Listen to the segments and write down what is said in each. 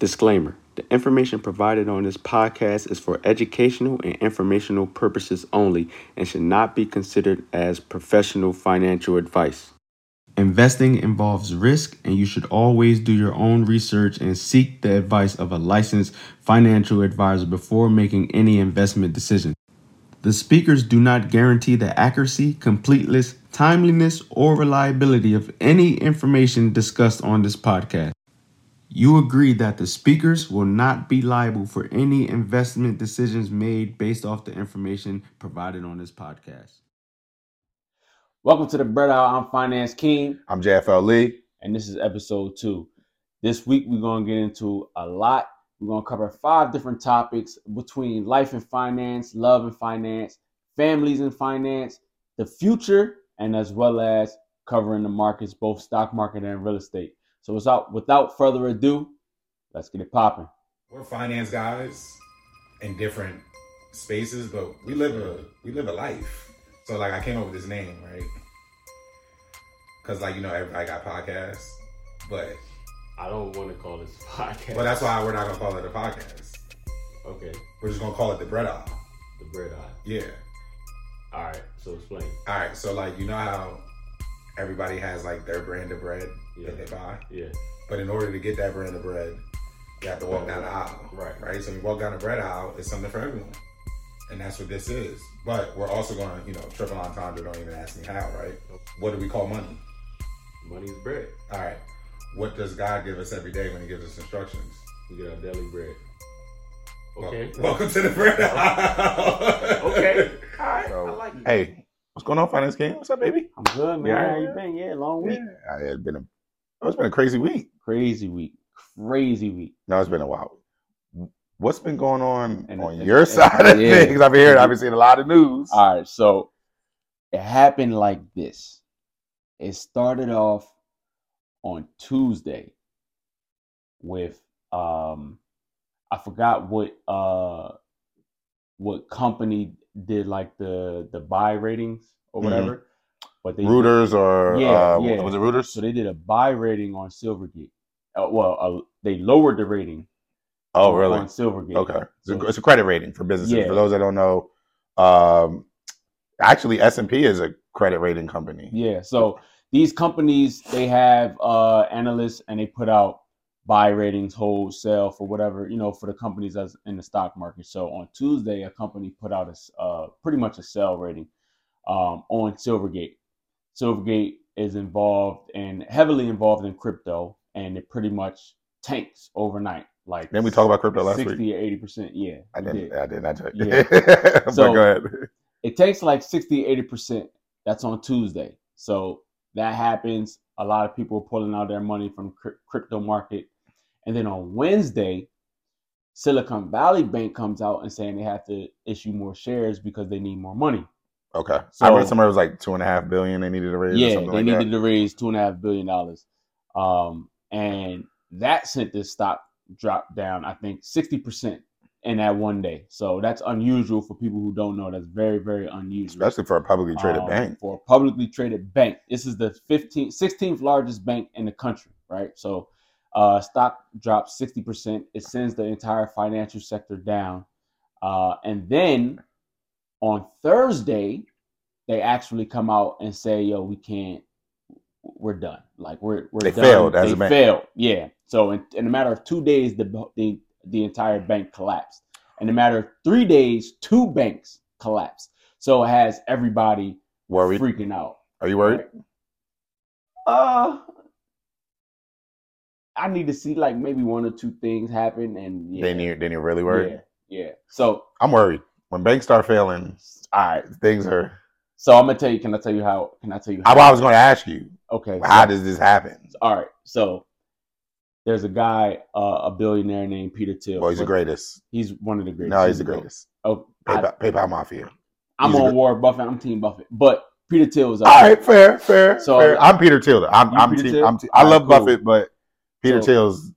Disclaimer The information provided on this podcast is for educational and informational purposes only and should not be considered as professional financial advice. Investing involves risk, and you should always do your own research and seek the advice of a licensed financial advisor before making any investment decision. The speakers do not guarantee the accuracy, completeness, timeliness, or reliability of any information discussed on this podcast. You agree that the speakers will not be liable for any investment decisions made based off the information provided on this podcast. Welcome to the Bread Out. I'm Finance King, I'm JFL Lee. and this is episode two. This week, we're going to get into a lot. We're going to cover five different topics between life and finance, love and finance, families and finance, the future, and as well as covering the markets, both stock market and real estate. So, without, without further ado, let's get it popping. we're finance guys in different spaces, but we live a we live a life. So like I came up with this name, right? Cause like you know everybody got podcasts, but I don't want to call this podcast. well that's why we're not gonna call it a podcast. Okay, We're just gonna call it the bread off. the bread eye. Yeah. All right, so explain. All right. So like you know how everybody has like their brand of bread Yeah. that they buy, Yeah, but in order to get that brand of bread, you have to walk down the aisle. right. right? So we walk down the bread aisle, it's something for everyone. And that's what this is. But we're also going to, you know, triple entendre, don't even ask me how, right? What do we call money? Money's bread. All right. What does God give us every day when he gives us instructions? We get our daily bread. Wel- Okay. welcome to the bread aisle. Okay. All right. I like it. Hey, what's going on, Finance King? What's up, baby? I'm good, man. You all right? How you been? Yeah, long week. I- It's been a, oh, it's been a crazy week. Crazy week. Crazy week. No, it's been a while. What's been going on And- on and- your and- side of yeah. things? I've been hearing, I've been seeing a lot of news. All right, so it happened like this. It started off on Tuesday with um I forgot what uh what company did like the the buy ratings or Mhm. whatever, but they Reuters or Yeah, uh, yeah. was it so Reuters? they did a buy rating on Silvergate. Uh, well, uh, they lowered the rating. Oh, really? On Silvergate. Okay. It's So- a, it's a credit rating for businesses. Yeah. For those that don't know, um, actually S and P is a credit rating company. Yeah. So these companies, they have uh, analysts and they put out buy ratings, hold, sell for whatever, you know, for the companies that's in the stock market. So on Tuesday, a company put out a s- uh, pretty much a sell rating um, on Silvergate. Silvergate is involved and heavily involved in crypto and it pretty much tanks overnight. Like Then we talked about crypto last 60 week. or 80%. Yeah. I it didn't. did I did not check. Yeah. but So- go ahead. it takes like 60 80% that's on tuesday so that happens a lot of people are pulling out their money from cryp- crypto market and then on wednesday silicon valley bank comes out and saying they have to issue more shares because they need more money Okay. I So- read somewhere it was like two and a half billion they needed to raise. or yeah something they like needed to raise two and a half billion dollars um, and that sent this stock drop down i think 60% in that one day so that's unusual for people who don't know that's very very that. unusual especially for a publicly traded um, bank. for a publicly traded bank. This is the 15th, 16th largest bank in the country, right? So, uh, stock drops 60%. It sends the entire financial sector down. Uh, and then on Thursday, they actually come out and say, "Yo, we can't. We're done. Like we're we're They done. failed as they a bank. failed. Yeah. So in, in a matter of two days, the the the entire bank collapsed. In a matter of three days, two banks collapsed. So it has everybody Worried? freaking out. Are you worried? Uh, I need to see like maybe one or two things happen, and yeah, They need. They need really worried. yeah, yeah. So I'm worried. When banks start failing, all right. things are. So I'm gonna tell you. Can I tell you how? Can I tell you? I, How? I was going to ask you, okay. so- how does this happen? all right. So there's a guy, uh, a billionaire named Peter Thiel. Well, he's the But greatest. He's one of the greatest. No, he's the goat. greatest. Oh, I, PayPal, PayPal Mafia. I'm he's a on great- Warren Buffett. I'm Team Buffett. But Peter Thiel is up All there. right, fair, fair. So- fair. I'm Peter Thiel. though. I'm, You I'm, Peter team, Thiel? I'm team, I All right, love cool. Buffett, but Peter So- Thiel's.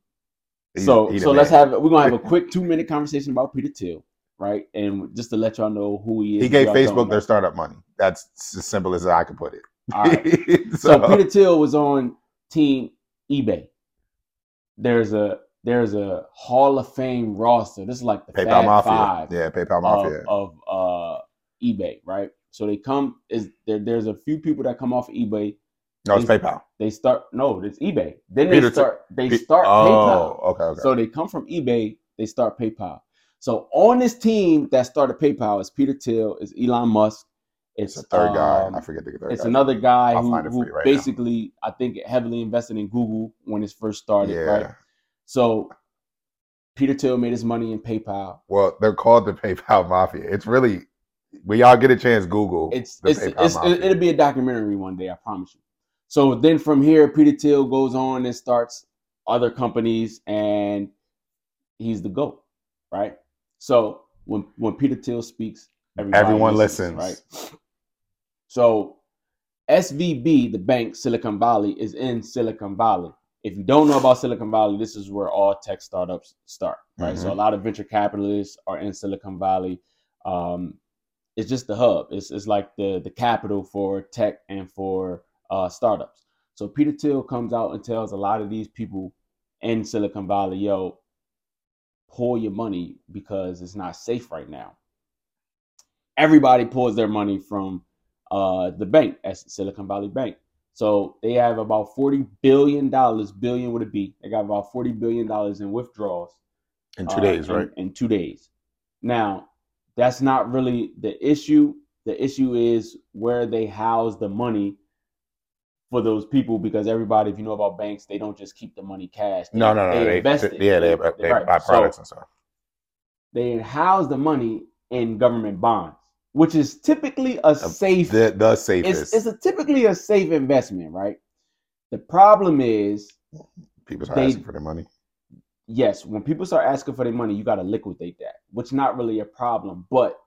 he's- so he the so let's man. have we're gonna have a quick two minute conversation about Peter Thiel, right? And just to let y'all know who he is. He if gave y'all don't Facebook know. their startup money. That's as simple as I could put it. All right. so, So Peter Thiel was on Team eBay. There's a there's a Hall of Fame roster. This is like the PayPal Fab Mafia. Five Yeah, PayPal of, Mafia. of uh, eBay, right? So they come is there. There's a few people that come off of eBay. no, it's they- PayPal. They start no, it's eBay. Then they Peter T- start they Pe- start PayPal. oh, okay, okay. So they come from eBay, they start PayPal. So on this team that started PayPal is Peter Till, is Elon Musk, it's, it's a third guy. um, I forget the third it's guy. another guy I'll who, find it for who you right now. basically I think heavily invested in Google when it first started, Yeah. right? So Peter Till made his money in PayPal. Well, they're called the PayPal Mafia. It's really when y'all get a chance, Google It's the it's, PayPal it's Mafia. it, it'll be a documentary one day, I promise you. So then from here, Peter Till goes on and starts other companies, and he's the goat, right? So when when Peter Till speaks, everybody Everyone right? So SVB, the bank Silicon Valley, is in Silicon Valley. If you don't know about Silicon Valley, this is where all tech startups start, right? So a lot of venture capitalists are in Silicon Valley. Um, it's just the hub. It's it's like the the capital for tech and for uh, startups. So Peter Thiel comes out and tells a lot of these people in Silicon Valley, yo, pull your money because it's not safe right now. Everybody pulls their money from uh, the bank at Silicon Valley Bank. So they have about forty billion dollars, billion would it be? They got about forty billion dollars in withdrawals in uh, in- In two days. Now, that's not really the issue. The issue is where they house the money for those people because everybody, if you know about banks, they don't just keep the money cash. They- No, no, no. They, invest they- it. yeah, they, they right. buy So products and stuff. they house the money in government bonds, which is typically a safe The the safest it's, it's a typically a safe investment, right? The problem is people's are they- asking for their money. yes, when people start asking for their money, you got to liquidate that, which not really a problem. But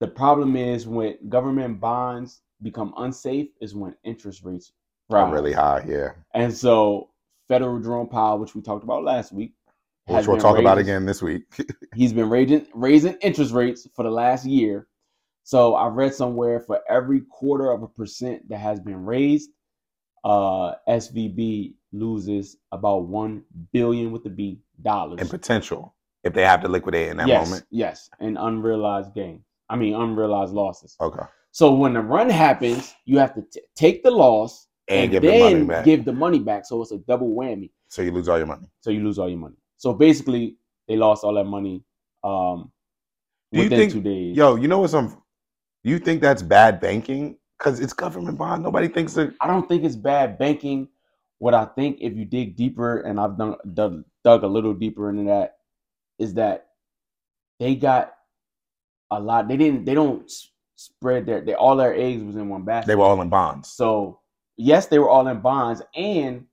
the problem is when government bonds become unsafe is when interest rates Are rise. Oh, Really high, yeah. And so Federal Jerome Powell, which we talked about last week, Which has we'll been talk about raising- again this week. he's been raising raising interest rates for the last year. So I read somewhere for every quarter of a percent that has been raised, uh, SVB loses about one billion with the B dollars and potential if they have to liquidate in that yes, moment. Yes, and unrealized gain. I mean, unrealized losses. Okay. So when the run happens, you have to t- take the loss And, give then the money back. give the money back. So it's a double whammy. so you lose all your money. So you lose all your money. So basically, they lost all that money um, Do you within think- two days. Yo, you know what's some you think that's bad banking? Because it's government bond. Nobody thinks it I don't think it's bad banking. What I think, if you dig deeper, and I've done dug, dug a little deeper into that, is that they got a lot. They didn't. They don't s- spread their. They, all their eggs was in one basket. they were all in bonds. So yes, they were all in bonds, and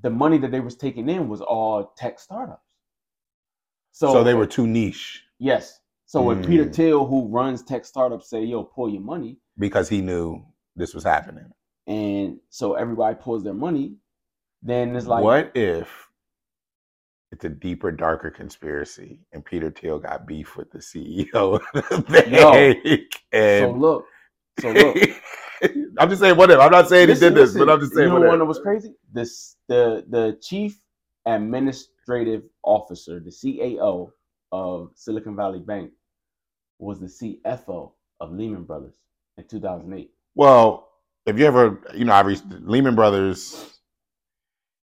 the money that they was taking in was all tech startups. So, So, they were too niche yes. So when Peter Mm. Thiel, who runs tech startups, say, "Yo, pull your money," because he knew this was happening. and so everybody pulls their money, then it's like what if it's a deeper, darker conspiracy and Peter Thiel got beef with the CEO of the bank? So and look, so look. I'm just saying whatever. I'm not saying he Listen, did this, listen. but I'm just saying You know whatever. what was crazy? This the the chief administrative officer, the CAO of Silicon Valley Bank, was the CFO of Lehman Brothers in 2008. Well, if you ever, you know, I reached Lehman Brothers.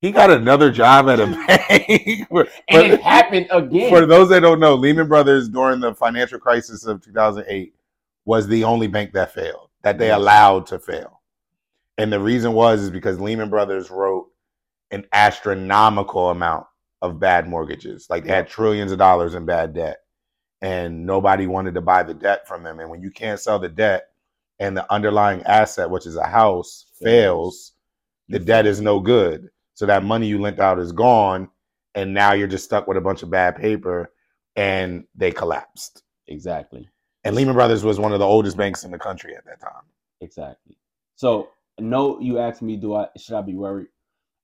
He got another job at a bank. For- And for- it happened again. For those that don't know, Lehman Brothers during the financial crisis of 2008 was the only bank that failed, that they Yes. allowed to fail. And the reason was is because Lehman Brothers wrote an astronomical amount of bad mortgages. Like they had trillions of dollars in bad debt. And nobody wanted to buy the debt from them. And when you can't sell the debt and the underlying asset, which is a house, fails, the debt is no good. So that money you lent out is gone, and now you're just stuck with a bunch of bad paper, and they collapsed. exactly, And Lehman Brothers was one of the oldest banks in the country at that time. exactly. So no, you asked me, do I should I be worried?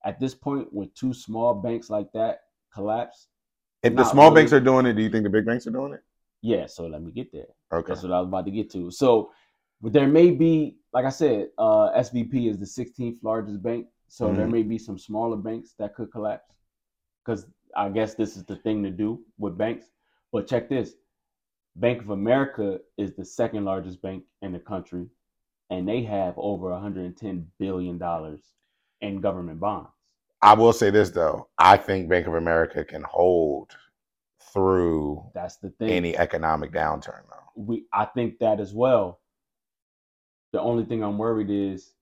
At this point, when two small banks like that collapse, If the Not small really. banks are doing it, do you think the big banks are doing it? yeah. So let me get there. Okay. That's what I was about to get to. So, but there may be, like I said, uh, SVP is the 16th largest bank. So there Mhm. may be some smaller banks that could collapse. because I guess this is the thing to do with banks. But check this Bank of America is the second largest bank in the country, and they have over $110 billion in government bonds. I will say this though. I think Bank of America can hold through That's the thing. any economic downturn though. we I think that as well. The only thing I'm worried is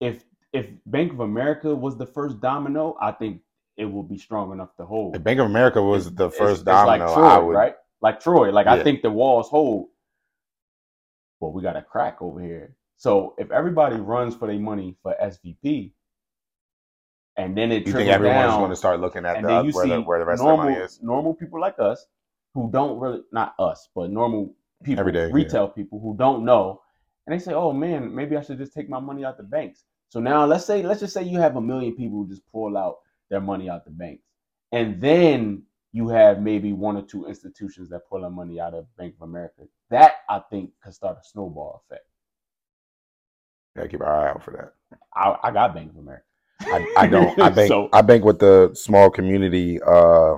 if if Bank of America was the first domino, I think it will be strong enough to hold. If Bank of America was the It's- first it's domino, like Troy, I would right? Like Troy, like I Yeah. think the walls hold. But we got a crack over here. So if everybody runs for their money for SVP, and then it you trickles think everyone's down, going to start looking at and the, then you where, see the, where the rest normal, of the money is? normal people like us who don't really not us, but normal people, Everyday, yeah. retail people who don't know, and they say, "Oh man, maybe I should just take my money out the banks." So now let's say let's just say you have a million people who just pull out their money out the banks, and then you have maybe one or two institutions that pull their money out of Bank of America. That I think could start a snowball effect. Gotta keep our eye out for that. I, I got Bank of America. I, I don't. I bank. So- I bank with the small community uh,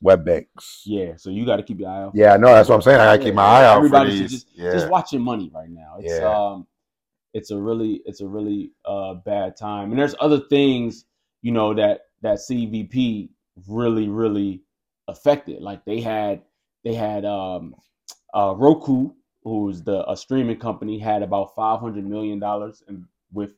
web banks. Yeah, Yeah, so you got to keep your eye out. I know. That's what I'm saying. I gotta keep my eye out Everybody for should these. just- yeah. just watching money right now. It's Yeah. um it's a really it's a really uh bad time. And there's other things, you know, that that CVP really really affected. Like they had they had um uh Roku, who's the a streaming company had about 500 million dollars in with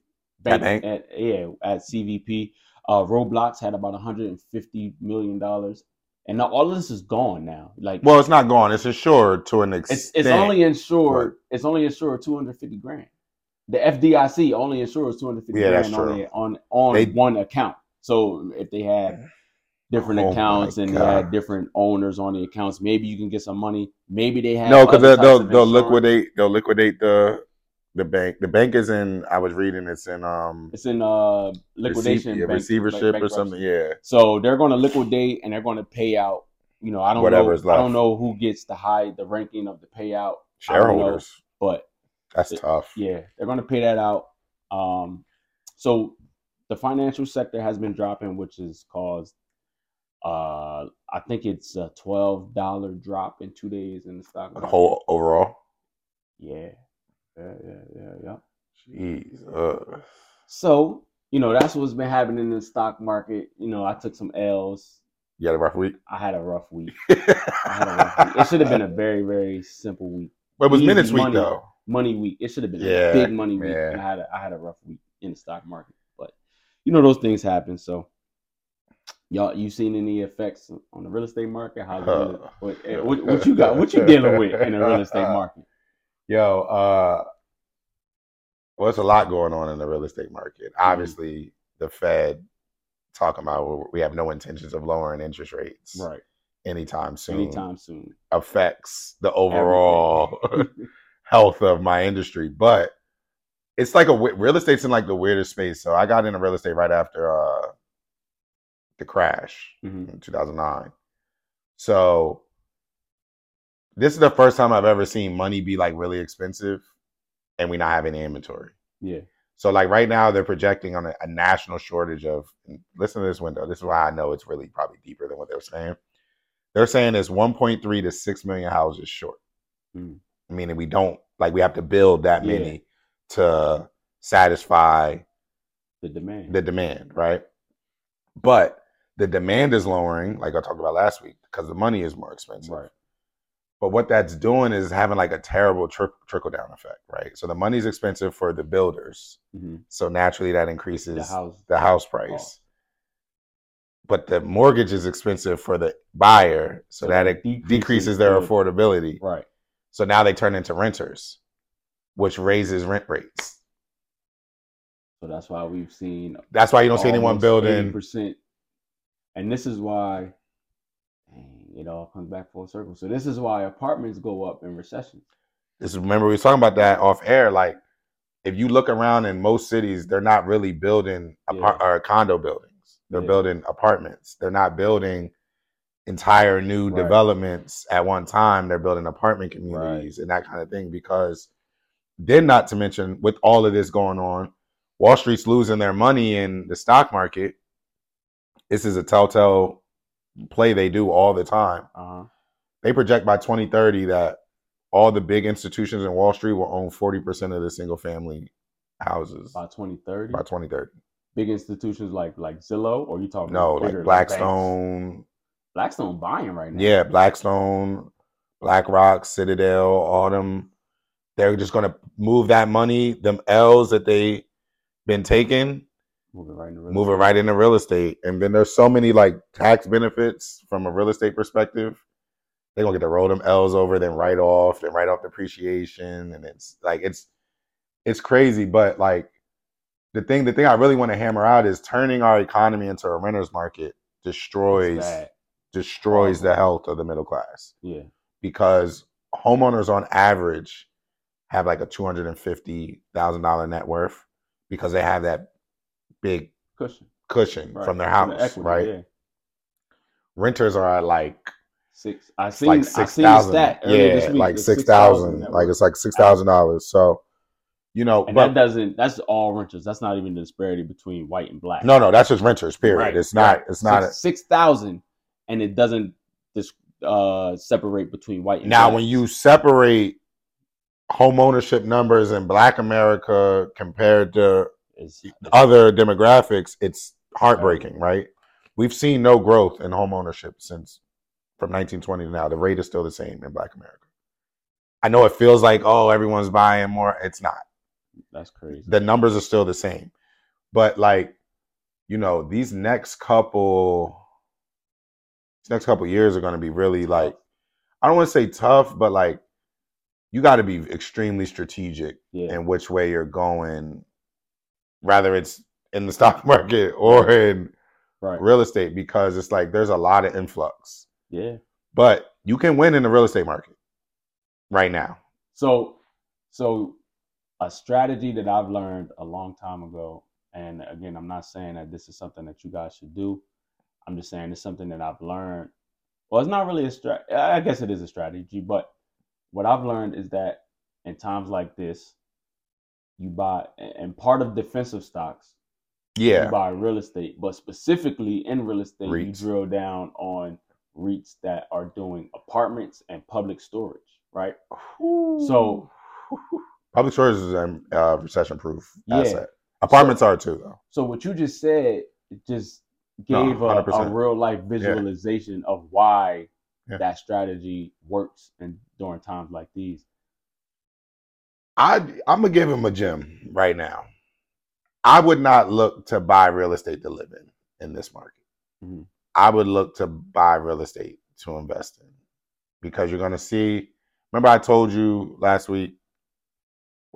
At bank, Bank? at yeah, at CVP. Uh Roblox had about 150 million dollars. And now all of this is gone now. Like well, it's not gone. It's assured to an extent. it's it's only insured. It's only insured two hundred fifty grand. The FDIC only insures two hundred fifty Yeah, that's grand on, true. a- on on They- one account. So if they had different Oh my accounts and they had God. different owners on the accounts, maybe you can get some money. Maybe they have no, because other they'll types they'll, of they'll insurance. liquidate. They'll liquidate the the bank. The bank is in. I was reading. It's in um It's in uh, receive- liquidation, yeah, bank- receivership or bankruptcy. something. Yeah, So they're going to liquidate and they're going to pay out. You know, I don't know. Whatever's I don't left. know who gets the high the ranking of the payout, I don't know. shareholders. but That's It- tough. Yeah, they're going to pay that out. Um, so the financial sector has been dropping, which has caused, uh, I think it's a twelve dollar drop in two days in the stock The market. whole overall. yeah, yeah, yeah, yeah, yeah. Jeez. ugh. So you know that's what's been happening in the stock market. You know, I took some L's. You had a rough week. I had a rough week. I had a rough week. It should have been a very, very simple week. But it was easy minutes week money. though. money week. It should have been a Yeah, big money week. yeah. And I had a, I had a rough week in the stock market, but you know those things happen. So y'all, you seen any effects on the real estate market? How Huh. what, eh, what, what you got? What you dealing with in the real estate market? Yo, uh well, it's a lot going on in the real estate market. Mm-hmm. Obviously, the Fed talking about we have no intentions of lowering interest rates Right, anytime soon. anytime soon. affects the overall health of my industry, but it's like a we- real estate's in like the weirdest space. So I got into real estate right after uh the crash Mhm. in 2009. So this is the first time I've ever seen money be like really expensive and we not have any inventory. Yeah. So like right now they're projecting on a, a national shortage of listen to this window. This is why I know it's really probably deeper than what they're saying. They're saying it's 1.3 to 6 million houses short. Mm. Meaning we don't like we have to build that Yeah. many to satisfy The demand. the demand, right? But the demand is lowering, like I talked about last week, because the money is more expensive. right. But what that's doing is having like a terrible tri- trickle down effect, right? So the money's expensive for the builders. hmm So naturally that increases The house. the house price. But the mortgage is expensive for the buyer, so, So that that it decreases decreases, their the- affordability. Right. So now they turn into renters, which raises rent rates. So that's why we've seen That's why you don't see anyone building. percent. And this is why, dang, it all comes back full circle. So this is why apartments go up in recession. This remember we was talking about that off air. Like if you look around in most cities, they're not really building apart Yeah. or condo buildings. They're Yeah. building apartments. They're not building entire new Right. developments at one time. They're building apartment communities and that kind of thing because then not to mention with all of this going on, Wall Street's losing their money in the stock market This is a telltale play they do all the time. Uh-huh. They project by 2030 that all the big institutions in Wall Street will own 40% of the single family houses By 2030, by 2030. big institutions like like Zillow, or you talking No, about bigger, like banks? Blackstone. Blackstone buying right now. Yeah, Blackstone, BlackRock, Citadel, all them. They're just going to move that money, them L's that they been taking, moving right in the move it right into real estate. And then there's so many like tax benefits from a real estate perspective. They're gonna get to roll them L's over, then write off, then write off depreciation. And it's like it's it's crazy. But like the thing the thing I really want to hammer out is turning our economy into a renter's market destroys destroys the health of the middle class Yeah, because homeowners on average have like a two hundred and fifty thousand dollar net worth because they have that big cushion cushion right. from their the house, equity, right? yeah. Renters are at like Six. I it's seen. like I six seen the thousand, stat earlier yeah, this week. like It's six thousand, that like were- it's like six thousand dollars. So, you know, and but that doesn't. That's all renters. That's not even the disparity between white and black. no, no, that's just renters. Period. Right, It's not. right. It's not. Six- six thousand, and it doesn't dis, uh, separate between white and now, black. when you separate home ownership numbers in Black America compared to It's- other demographics, it's heartbreaking, right? We've seen no growth in home ownership since from 1920 to now. The rate is still the same in Black America. I know it feels like oh everyone's buying more. It's not. that's crazy. The numbers are still the same, but like you know these next couple these next couple years are going to be really like I don't want to say tough, but like you got to be extremely strategic yeah, and which way you're going, rather it's in the stock market or in right. real estate, because it's like there's a lot of influx. Yeah. But you can win in the real estate market right now. So, so a strategy that I've learned a long time ago, and again, I'm not saying that this is something that you guys should do. I'm just saying it's something that I've learned. Well, it's not really a strat. I guess it is a strategy, but what I've learned is that in times like this, you buy, and part of defensive stocks, you Yeah. buy real estate, but specifically in real estate, you REITs. drill down on REITs that are doing apartments and public storage, right? So- public storage is a uh, recession proof Yeah. asset. Apartments are too, though. So what you just said just No, gave a, a 100%. real life visualization of why Yeah. that strategy works and during times like these. I I'm gonna give him a gem right now. I would not look to buy real estate to live in in this market. Mhm. I would look to buy real estate to invest in because you're gonna see. Remember, I told you last week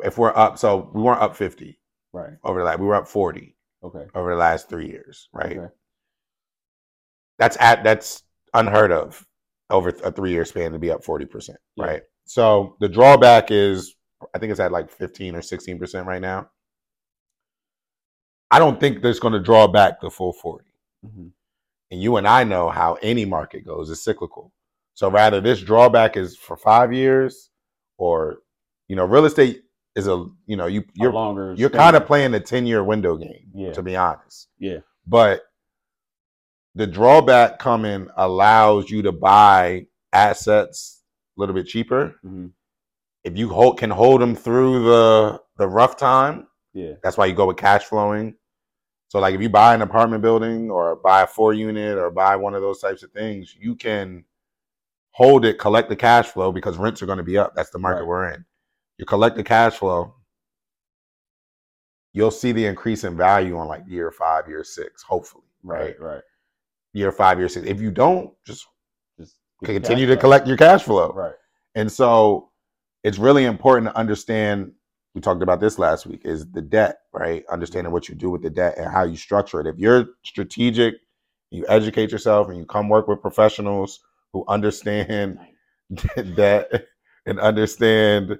if we're up, so we weren't up 50 Right. over the last. We were up 40 Okay. over the last three years, right? Okay. That's at that's unheard of over a three year span to be up 40 percent, Yeah. right? So the drawback is I think it's at like 15 or 16 percent right now. I don't think that's going to draw back the full 40. Mhm. And you and I know how any market goes is cyclical. So rather this drawback is for five years, or you know, real estate is a you know you A you're longer. you're span. kind of playing a 10 year window game Yeah. to be honest Yeah. but the drawback coming allows you to buy assets a little bit cheaper Mhm. if you hold, can hold them through the the rough time Yeah. that's why you go with cash flowing so like if you buy an apartment building or buy a four unit or buy one of those types of things you can hold it collect the cash flow because rents are going to be up that's the market Right. we're in you collect the cash flow you'll see the increase in value on like year five year six hopefully Right. Right. year five year six if you don't just Just continue cash to flow. collect your cash flow Right. and so it's really important to understand. We talked about this last week is the debt, right? Understanding what you do with the debt and how you structure it. If you're strategic, you educate yourself and you come work with professionals who understand debt and understand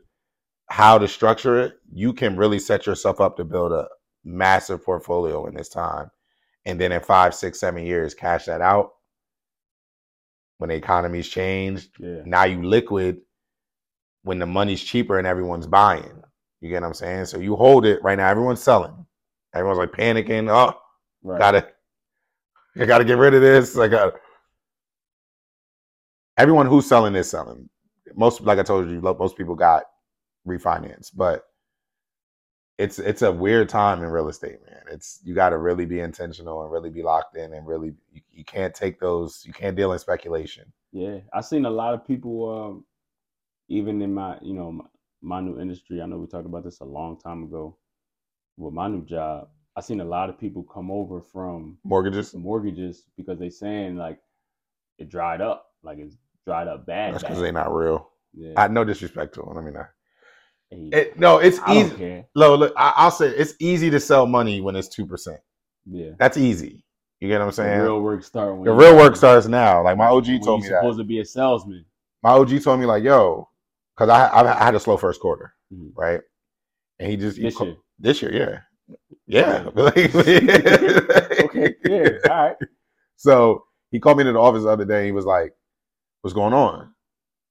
how to structure it, you can really set yourself up to build a massive portfolio in this time. And then in five, six, seven years, cash that out. When the economy's changed, Yeah. now you liquid when the money's cheaper and everyone's buying. You get what I'm saying? So you hold it right now. Everyone's selling. Everyone's like panicking. Oh, Right. gotta I got to get rid of this. I got everyone who's selling is selling. Most, like I told you, lo- most people got refinanced, but it's it's a weird time in real estate, man. It's you got to really be intentional and really be locked in and really you, you can't take those. You can't deal in speculation. Yeah, I've seen a lot of people, um, even in my, you know, my, my new industry. I know we talked about this a long time ago with my new job. I've seen a lot of people come over from Mortgages. mortgages because they saying like it dried up, like it's dried up bad. That's bad. because they're not real. yeah. I no disrespect to them. I mean, I, Hey, it, no, it's I don't easy. care. No, look, I, I'll say it's easy to sell money when it's two percent. Yeah, That's easy. You get what I'm the saying? real work start when The you- real work starts now. Like my when OG told me you that. supposed to be a salesman. my OG told me like, yo, because I, I I had a slow first quarter, Mhm. right? And he just he This co- year. this year, yeah, yeah. Okay, yeah, all right. So he called me to the office the other day. he was like, "What's going on?"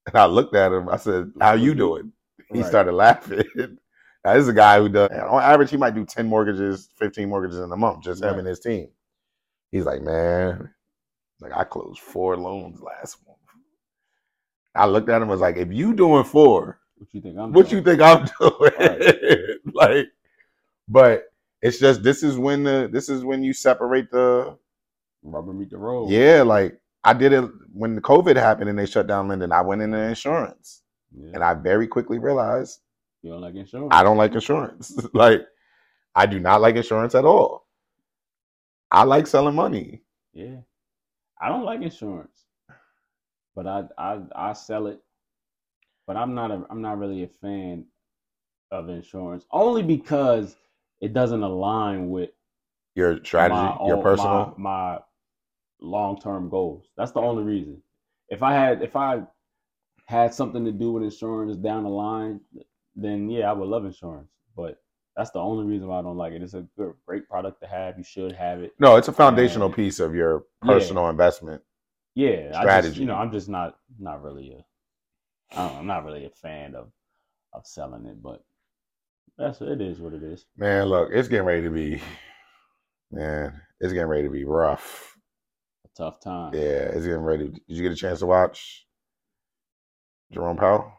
And I looked at him. I said, "How you doing?" He Right. started laughing. Now, this is a guy who does on average he might do ten mortgages, fifteen mortgages in a month, just him Right. and his team. He's like, man, like I closed four loans last month. I looked at him. I was like, if you doing four, What you think I'm what you doing? think I'm doing? Right. like, but it's just this is when the this is when you separate the Rubber meet the road. yeah, like I did it when the COVID happened and they shut down Linden. I went into insurance Yeah. and I very quickly realized you don't like insurance. I don't like insurance. like, I do not like insurance at all. I like selling money. Yeah, I don't like insurance, but I I I sell it. But I'm not a I'm not really a fan of insurance only because it doesn't align with Your strategy, my your own- personal. my, my long term goals. That's the only reason. If I had if I had something to do with insurance down the line, then yeah, I would love insurance. But that's the only reason why I don't like it. It's a good great product to have. You should have it. no, it's a foundational Yeah. piece of your Yeah. personal investment. yeah, I just, strategy. you know, I'm just not not really a I don't know, I'm not really a fan of of selling it, but that's it is what it is. Man, look, it's getting ready to be, man, it's getting ready to be rough. A tough time. Yeah, it's getting ready. Did you get a chance to watch Jerome Powell?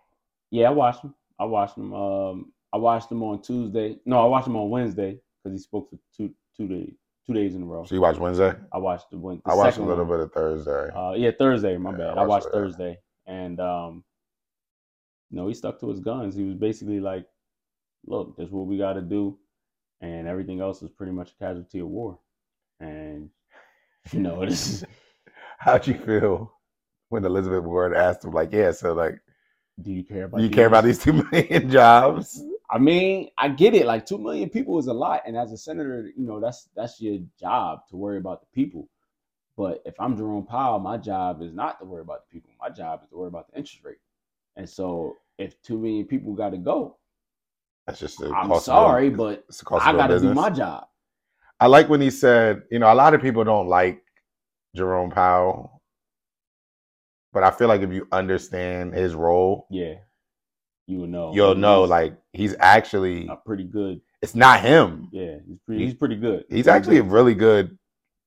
Yeah, I watched him. I watched him. Um, I watched him on Tuesday. No, I watched him on Wednesday because he spoke for two two days two days in a row. So you watched Wednesday? I watched the, Wed- the I watched a second little one. bit of Thursday. Uh, yeah, Thursday. My Yeah, bad. I I watched watched that. Thursday, and um, you know, he stuck to his guns. He was basically like, "Look, this is what we got to do," and everything else is pretty much a casualty of war. And you know, this is, How'd you feel when Elizabeth Warren asked him, like, yeah, so like do you care about? you care about these? these two million jobs? I mean, I get it. Like two million people is a lot, and as a senator, you know that's that's your job to worry about the people. But if I'm Jerome Powell, my job is not to worry about the people. My job is to worry about the interest rate. And so, if two million people got to go, That's just the I'm cost of sorry, doing- but it's the cost I of doing got to do business. my job. I like when he said, you know, a lot of people don't like Jerome Powell, but I feel like if you understand his role, Yeah, you would know. you'll He's know like he's actually a pretty good. it's not him. Oh. Yeah, he's pretty. He's pretty good. He's Pretty actually a good. really good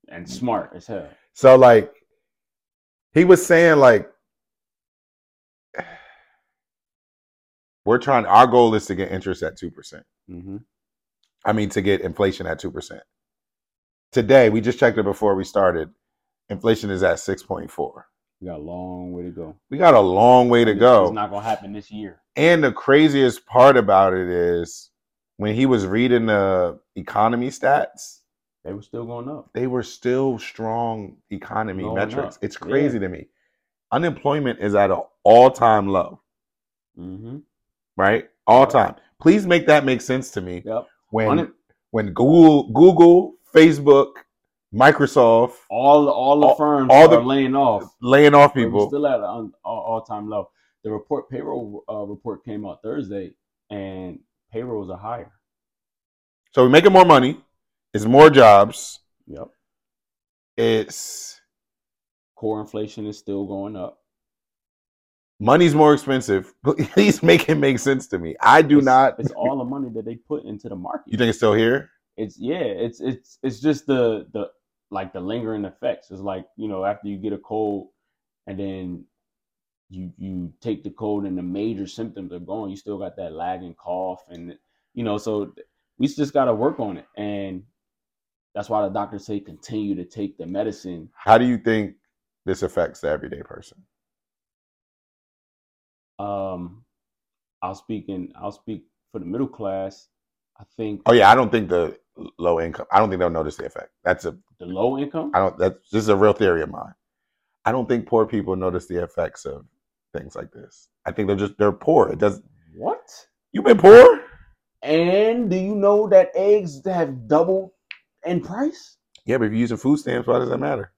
and smart as hell. So like he was saying like we're trying our goal is to get interest at 2%. hmm I mean to get inflation at 2%. Today we just checked it before we started. Inflation is at 6.4. We got a long way to go. We got a long way to It's- It's go. not gonna happen this year. And the craziest part about it is when he was reading the economy stats, They were still going up. they were still strong economy Going metrics. up, It's yeah. crazy to me. Unemployment is at an all time low, hmm right? All time. Please make that make sense to me Yep. when Unem- when Google, Google, Facebook, Microsoft all all the All- firms all the- are laying off. laying off We're people. still at an all time low. The report payroll uh, report came out Thursday, and payrolls are higher. so we're making more money. It's more jobs. Yep. It's Core inflation is still going up. money's more expensive. Please make it make sense to me. I do It's- not. It's all the money that they put into the market. You think it's still here? it's yeah. It's it's it's just the the like the lingering effects. It's like you know after you get a cold, and then you you take the cold and the major symptoms are gone. You still got that lagging cough, and you know so we just got to work on it, and that's why the doctors say continue to take the medicine. How do you think this affects the everyday person? Um, I'll speak in I'll speak for the middle class. I think Oh yeah, I don't think the low income. I don't think they'll notice the effect. That's a the low income. I don't. That's this is a real theory of mine. I don't think poor people notice the effects of things like this. I think they're just they're poor. It does. What? You've been poor. And do you know that eggs have doubled in price Yeah, but if you're using food stamps, why does that matter?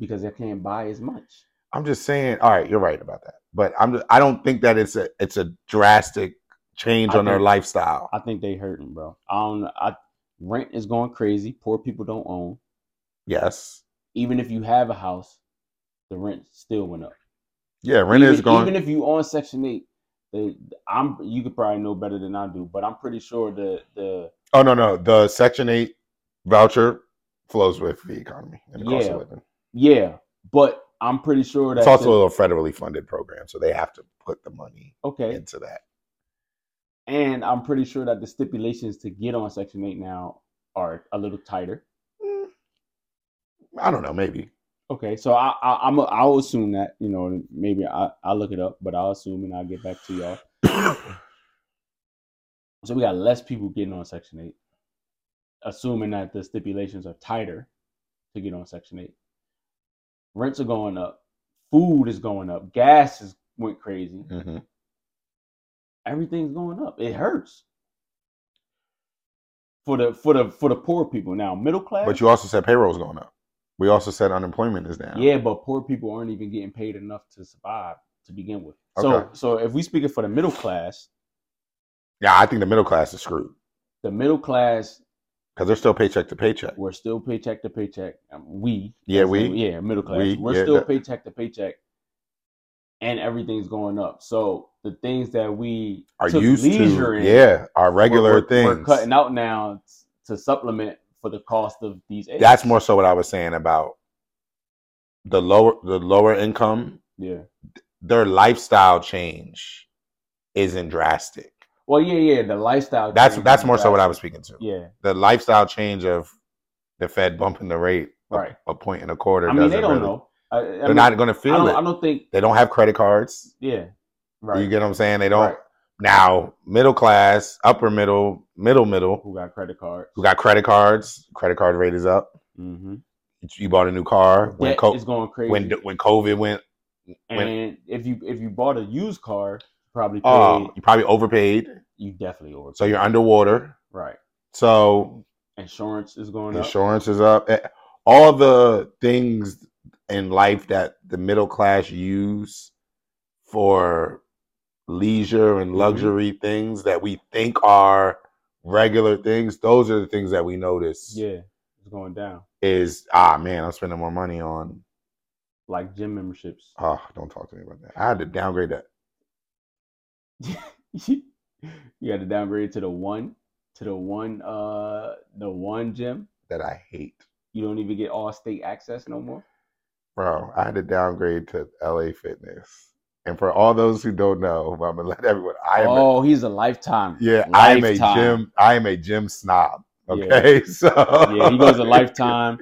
because I can't buy as much? I'm just saying. All right, you're right about that. But I'm. Just, I don't think that it's a it's a drastic change I on their think- lifestyle. I think they hurting, bro. I don't. know. I rent is going crazy. Poor people don't own. yes. Even if you have a house, the rent still went up. Yeah, rent even, is going. Even if you on Section Eight, the I'm you could probably know better than I do, but I'm pretty sure the the oh no, no. The Section Eight voucher flows with the economy and the cost Yeah. of living. yeah, but I'm pretty sure that It's also a federally funded program, so they have to put the money okay. into that. And I'm pretty sure that the stipulations to get on Section Eight now are a little tighter. Mm. I don't know. Maybe Okay, so I, I I'm a, I'll assume that you know and maybe I I look it up, but I'll assume and I'll get back to y'all. Mm-hmm. So we got less people getting on Section Eight, assuming that the stipulations are tighter to get on Section Eight. Rents are going up, food is going up, gas is went crazy, Mhm. everything's going up. It hurts for the for the for the poor people now, middle class. But you also said payroll's going up. We also said unemployment is down. Yeah, but poor people aren't even getting paid enough to survive to begin with. So, Okay. so if we speaking for the middle class, Yeah, I think the middle class is screwed the middle class because they're still paycheck to paycheck. we're still paycheck to paycheck. Um, We, Yeah, as we. in- yeah, middle class. We, we're yeah, still that- paycheck to paycheck, and everything's going up. So the things that we Are took used leisure to in, yeah, our regular we're, things. we're cutting out now to supplement for the cost of these. Eggs. That's more so what I was saying about the lower the lower income. yeah. Their lifestyle change isn't drastic. Well, yeah, yeah. The lifestyle. That's change that's is more so what I was drastic. speaking to. Yeah, The lifestyle change of the Fed bumping the rate a- Right. a, point and a quarter. I mean they doesn't don't really- know. I, I They're mean, not going to I feel don't, it. I don't think. they don't have credit cards. Yeah. Right. You get what I'm saying? They don't Right. now middle class, upper middle, middle middle, Who got credit cards? who got credit cards. Credit card rate is up. Mm-hmm. You bought a new car when Debt co- is going crazy. when when COVID went. and when- if you if you bought a used car, you probably paid, Oh, you probably overpaid, you definitely over. so you're underwater. right. So Insurance is going up. insurance is up. Eh, All the things in life that the middle class use for leisure and Mhm. luxury things that we think are regular things, those are the things that we notice. Yeah, it's going down. is ah man, I'm spending more money on. Like gym memberships. Oh, don't talk to me about that. I had to downgrade that. you got to downgrade to the one, to the one, uh, the one gym. That I hate, You don't even get all state access no more. bro. I had to downgrade to LA Fitness. And for all those who don't know, I'm gonna let everyone. I am. a, oh, he's a lifetime. yeah, I am a lifetime. gym. I am a gym snob. Yeah. Okay, so Yeah, he goes a lifetime.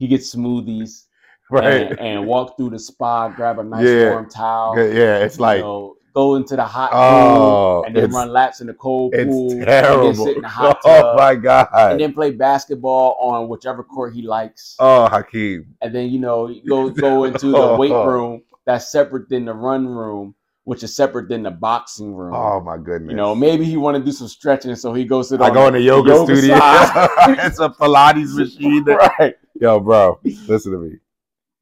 He gets smoothies right? and, and walk through the spa, grab a nice Yeah. warm towel. Yeah, yeah, it's you like know, go into the hot pool oh, and then it's, run laps in the cold pool. it's And then terrible. sit in the hot tub. Oh my god. And then play basketball on whichever court he likes. oh, Hakeem. And then, you know, you go go into the weight room that's separate than the run room, which is separate than the boxing room. Oh my goodness. you know, maybe he want to do some stretching, so he goes to the I go in the yoga, yoga studio. side. it's a Pilates machine. right. Yo, bro, listen to me.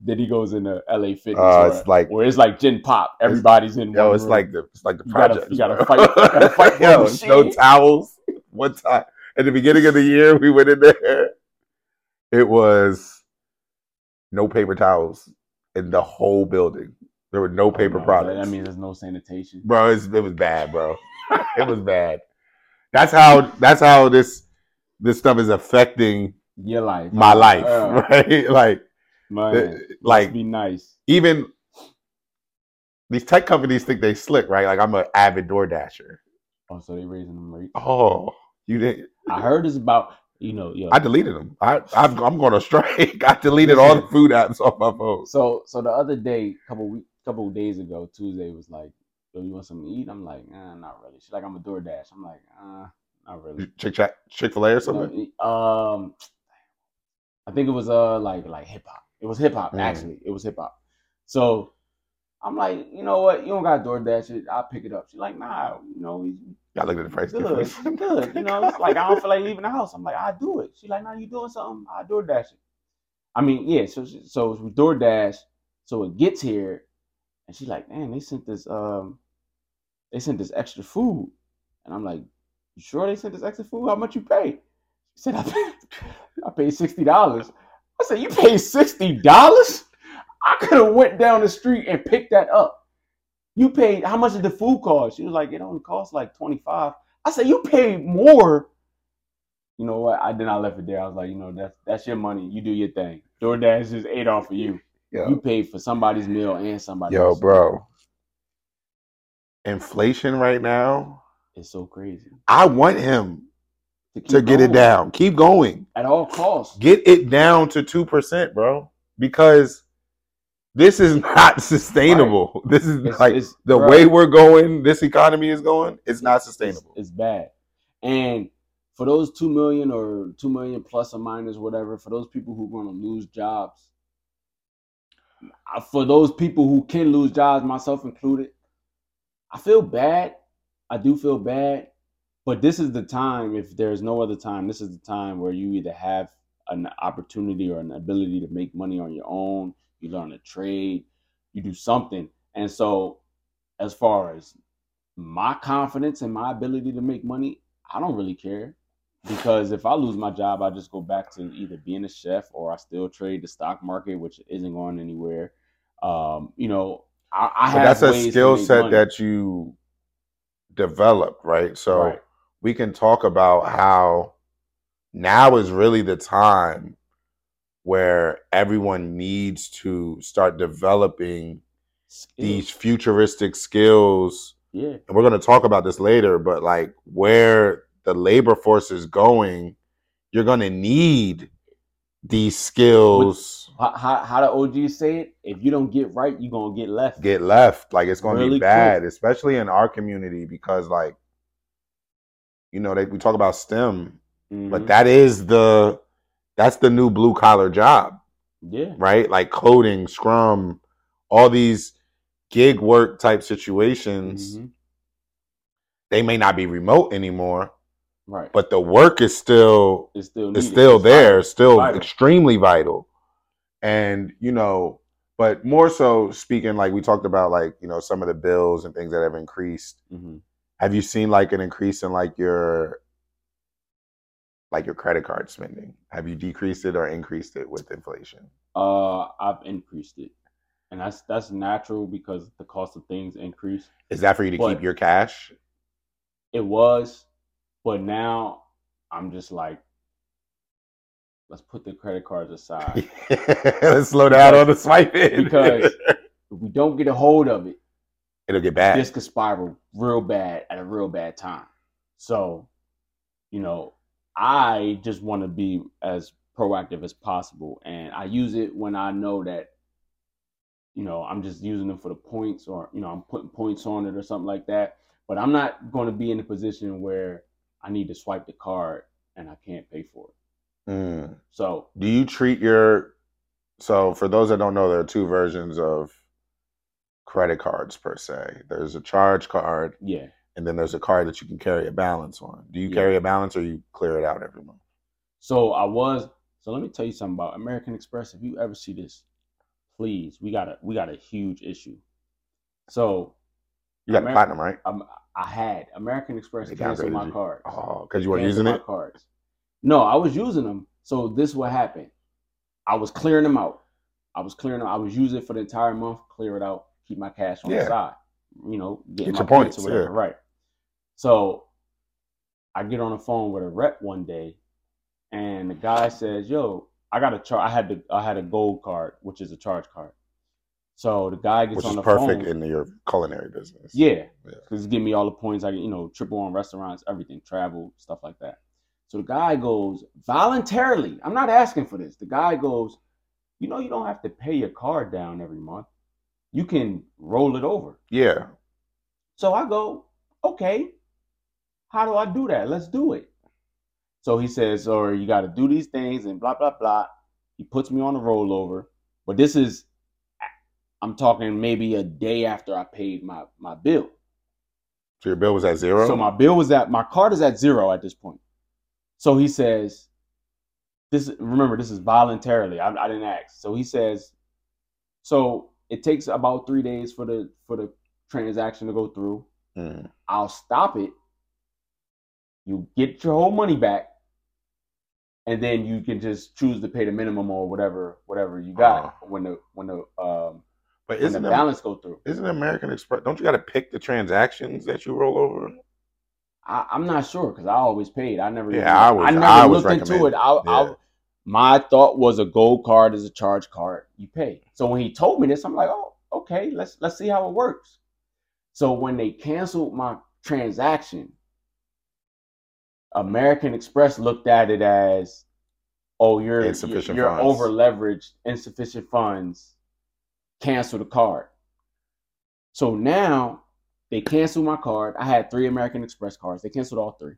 Then he goes in the LA fitness. Uh, where, it's like where it's like gin pop. Everybody's in yo, one it's room. like the it's like the You gotta- project. you gotta fight- you gotta fight for yo, the it's no machine. towels. One time at the beginning of the year, we went in there. It was no paper towels in the whole building. There were no paper Oh, no, products. That means there's no sanitation. bro, it's, it was bad, bro. it was bad. That's how. That's how this this stuff is affecting your life. my life, Yeah. right? Like, Man, uh, like be nice. even these tech companies think they slick, right? Like I'm an avid Door Dasher. Oh, so they raising them rates. Oh, you didn't? I heard this about you know yo. I deleted them. I I've, I'm going to strike. I deleted all the food apps off my phone. so so the other day, couple week, couple days ago, Tuesday was like, "Yo, you want something to eat?" I'm like, "Nah, not really." She's like, "I'm a DoorDash." I'm like, "Uh, not really." Chick Chick Fil A or something. No, um, I think it was uh like like hip hop. It was hip hop Mm. actually. It was hip hop. So I'm like, you know what? You don't got DoorDash it. I'll pick it up. She's like, nah, you know, it's I looked at the price good, difference. it's good. You know, it's like I don't feel like leaving the house. I'm like, I do it. She's like, nah, you doing something? I DoorDash it. I mean, yeah. So she- so we DoorDash. So it gets here, and she's like, man, they sent this um, they sent this extra food, and I'm like, you sure they sent this extra food? How much you pay? She said, I paid, I paid sixty dollars. I said, you paid sixty dollars? I could have went down the street and picked that up. You paid how much did the food cost? She was like, it only cost like twenty five. I said, you paid more. You know what? I then I left it there. I was like, you know, that's that's your money. You do your thing. DoorDash just ate off of you. You Yo, paid for somebody's meal and somebody yo, else's. bro. Inflation right now. It's so crazy. I want him to keep get it going down. Keep going. At all costs. Get it down to two percent, bro. Because this is not sustainable. This is It's- like it's- the bro. way we're going. This economy is going. It's not it's- sustainable. It's, bad. And for those two million or two million plus or minus, whatever, for those people who are going to lose jobs, I- for those people who can lose jobs, myself included, I feel bad. I do feel bad. But this is the time, if there's no other time, this is the time where you either have an opportunity or an ability to make money on your own, you learn a trade, you do something. And so, as far as my confidence and my ability to make money, I don't really care because if I lose my job, I just go back to either being a chef or I still trade the stock market, which isn't going anywhere. Um, you know, I, I but have that's ways a to skill make set money. that you develop, right? So Right. we can talk about how now is really the time where everyone needs to start developing Skills. these futuristic skills. yeah, And we're going to talk about this later, but like where the labor force is going, you're going to need these skills how, how, how the OG say it? If you don't get right, you gonna get left. get left. Like it's gonna Really be bad, especially in our community, because like you know, they, we talk about STEM, Mhm. but that is the that's the new blue collar job, yeah, right? Like coding, scrum, all these gig work type situations. Mhm. They may not be remote anymore, right. but the work is still it's still it's needed. still there, vital. still Vital. extremely vital. And you know, but more so speaking, like we talked about, like you know, some of the bills and things that have increased. Mhm. Have you seen like an increase in like your like your credit card spending? Have you decreased it or increased it with inflation? Uh, I've increased it, and that's that's natural because the cost of things increased. Is that for you to What? keep your cash? It was, but now I'm just like, let's put the credit cards aside. Let's slow down on the swiping Because- if we don't get a hold of it, it'll get bad. this could spiral real bad at a real bad time. So, you know, I just want to be as proactive as possible, and I use it when I know that, you know, I'm just using them for the points, or you know, I'm putting points on it or something like that. But I'm not going to be in a position where I need to swipe the card and I can't pay for it. Mm. So, do you treat your so for those that don't know there are two versions of credit cards per se there's a charge card yeah, and then there's a card that you can carry a balance on do you Yeah. carry a balance or you clear it out every month So I was. So let me tell you something about American Express. If you ever see this, please, we got a we got a huge issue. So you got Ameri- platinum right I had American Express They cancel downgraded my you. cards. oh because you weren't Cancel using my it Cards. No, I was using them. So this what happened. I was clearing them out. I was clearing them. I was using it for the entire month. Clear it out. Keep my cash on Yeah. the side. You know, getting Get my your points, or points, whatever. yeah. Right. So I get on the phone with a rep one day, and the guy says, "Yo, I got a charge. I had the I had a gold card, which is a charge card." So the guy gets which on is the perfect phone. in your culinary business. Yeah, Yeah. because give me all the points. I can, you know, triple on restaurants, everything, travel, stuff like that. So the guy goes voluntarily. I'm not asking for this. The guy goes, you know, you don't have to pay your card down every month. You can roll it over. Yeah. So I go, okay, how do I do that? Let's do it. So he says, or you got to do these things and blah, blah, blah. He puts me on a rollover. But this is, I'm talking maybe a day after I paid my, my bill. So your bill was at zero. So my bill was at, my card is at zero at this point. So he says, this, remember, this is voluntarily. I, I didn't ask. So he says, so it takes about three days for the, for the transaction to go through. Mm. I'll stop it. You get your whole money back, and then you can just choose to pay the minimum or whatever, whatever you got Uh-huh. when the when the um, But when the isn't it, balance go through. isn't American Express? Don't you got to pick the transactions that you roll over? I, I'm not sure because I always paid. I never. Yeah, even- I was- never I was looked into it. recommended. I, I, Yeah. my thought was a gold card is a charge card. You pay. So when he told me this, I'm like, oh, okay. Let's let's see how it works. So when they canceled my transaction, American Express looked at it as, oh, you're Insufficient you're funds. over leveraged, insufficient funds. Cancel the card. So now they canceled my card. I had three American Express cards. They canceled all three.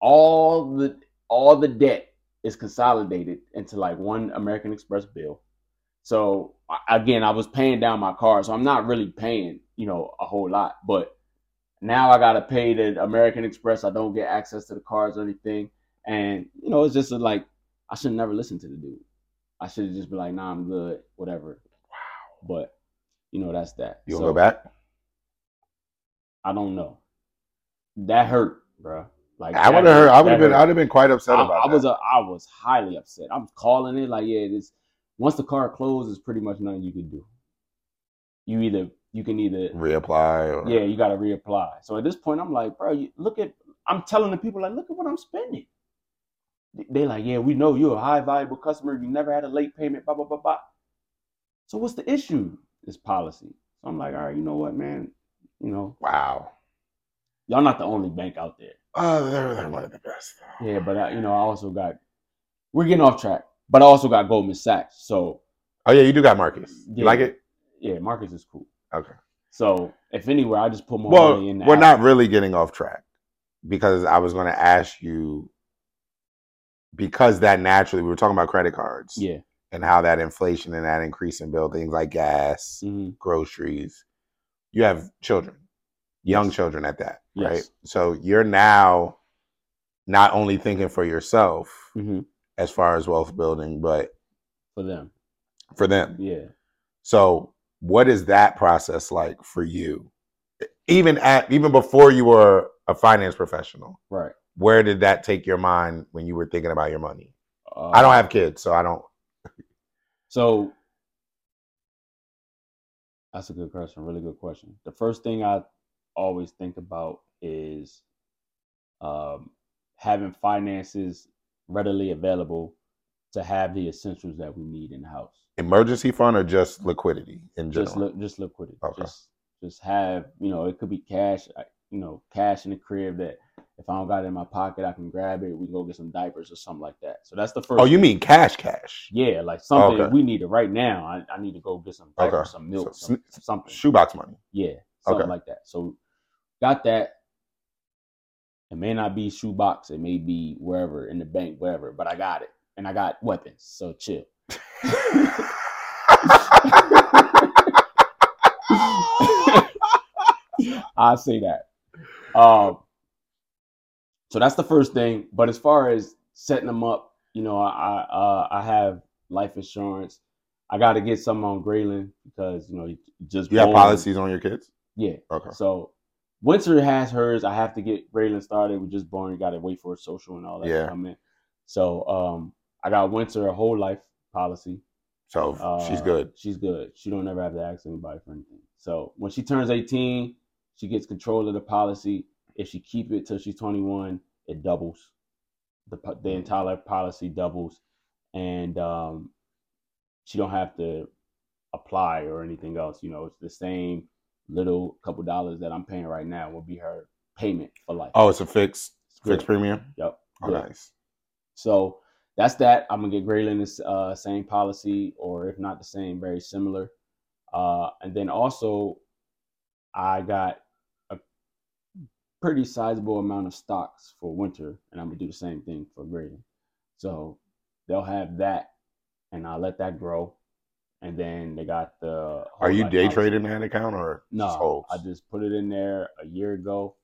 All the all the debt is consolidated into like one American Express bill. So I- again, I was paying down my card, so I'm not really paying, you know, a whole lot. But now I gotta pay the American Express. I don't get access to the cards or anything, and you know, it's just like I should never listen to the dude. I should just be like, nah, I'm good, whatever. Wow. But you know, that's that. You'll So- go back. I don't know. That hurt, bruh. Like I that would have heard. I that would have been. hurt. I would have been quite upset I, about. I was that. a, I was highly upset. I'm calling it like yeah, this once the car closes, pretty much nothing you can do. You either you can either reapply. Or, yeah, you got to reapply. So at this point, I'm like, bro, you, look at I'm telling the people like, look at what I'm spending. They- They like, yeah, we know you're a high valuable customer. You never had a late payment. Blah blah blah blah. So what's the issue? This policy. So I'm like, all right, you know what, man, you know, Wow. y'all not the only bank out there. Oh, they're, they're one of the best. Yeah, but I, you know, I also got we're getting off track, but I also got Goldman Sachs. So Oh yeah, you do got Marcus. You Yeah. like it? yeah, Marcus is cool. Okay. So if anywhere, I just put more Well, money in. we're not really getting off track because I was going to ask you because that naturally we were talking about credit cards Yeah. and how that inflation and that increase in bill things like gas, hmm groceries. You have children, young children at that, Yes. right? So you're now not only thinking for yourself hmm as far as wealth building, but For them. for them. Yeah. So, what is that process like for you? Even at even before you were a finance professional, Right. where did that take your mind when you were thinking about your money? Uh, I don't have kids, so I don't. So that's a good question. Really good question. The first thing I always think about is um, having finances readily available to have the essentials that we need in the house. Emergency fund or just liquidity in general? just look, just liquidity. Okay. Just just have you know it could be cash, I- you know, cash in the crib that if I don't got it in my pocket, I can grab it. We can go get some diapers or something like that. So that's the first. oh, you mean cash, cash, yeah, like something Okay. we need it right now. I, I need to go get some diapers, Okay. some milk, So some, something. shoebox money? Yeah, something Okay. like that. So got that. It may not be shoebox, it may be wherever in the bank, wherever, but I got it, and I got weapons. So chill. I say that. Um, so that's the first thing. But as far as setting them up, you know, I I, uh, I have life insurance. I got to get some on Grayland because you know he just you have born. policies on your kids? Yeah. Okay. So Winter has hers. I have to get Braylon started. We're just born. Got to wait for a social and all that Yeah. to come in. So um, I got Winter a whole life policy. So she's Uh, good. She's good. She don't ever have to ask anybody for anything. So when she turns 18, she gets control of the policy. If she keep it till she's 21, it doubles. the po- the entire policy doubles, and um, she don't have to apply or anything else. You know, it's the same little couple dollars that I'm paying right now will be her payment for life. Oh, it's a fixed It's good. fixed premium. Yep. Oh, good. nice. So that's that. I'm gonna get Grayland this uh, same policy, or if not the same, very similar. Uh, and then also, I got a pretty sizable amount of stocks for winter, and I'm gonna do the same thing for Grayland. So they'll have that, and I'll let that grow. And then they got the. Are whole you life day policy. trading that account or No, just holds? I just put it in there a year ago,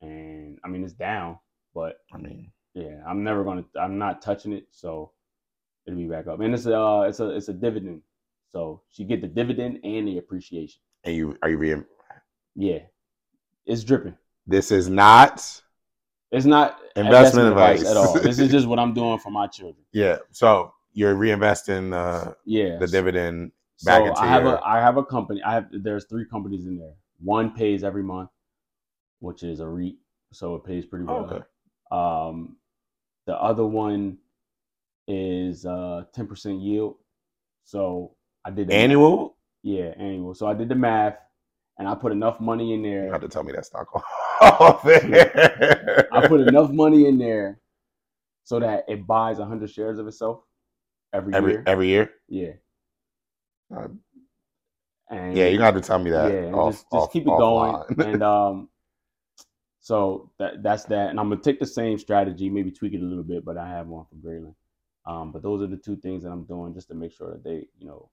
and I mean it's down, but I mean, yeah, I'm never gonna. I'm not touching it, so it'll be back up. And it's a, uh, it's a, it's a dividend, so she get the dividend and the appreciation. and you are you being? Yeah, it's dripping. This is not. It's not Investment advice. at all. this is just what I'm doing for my children. Yeah. So you're reinvesting uh, Yeah, the dividend. So back into I have your- a I have a company. I have there's three companies in there. One pays every month, which is a REIT, so it pays pretty well. Oh, okay. Um, the other one is uh ten percent yield. So I did the math. Annual? Yeah, annual. So I did the math, and I put enough money in You there. have to tell me that's not off air. I put enough money in there so that it buys hundred shares of itself every, every year. every year. yeah. Uh, And Yeah, you're gonna have to tell me that. yeah, and off- just, just off- keep it offline. going. and um, so that that's that. And I'm gonna take the same strategy, maybe tweak it a little bit, but I have one for Grayland. Um, but those are the two things that I'm doing just to make sure that they, you know,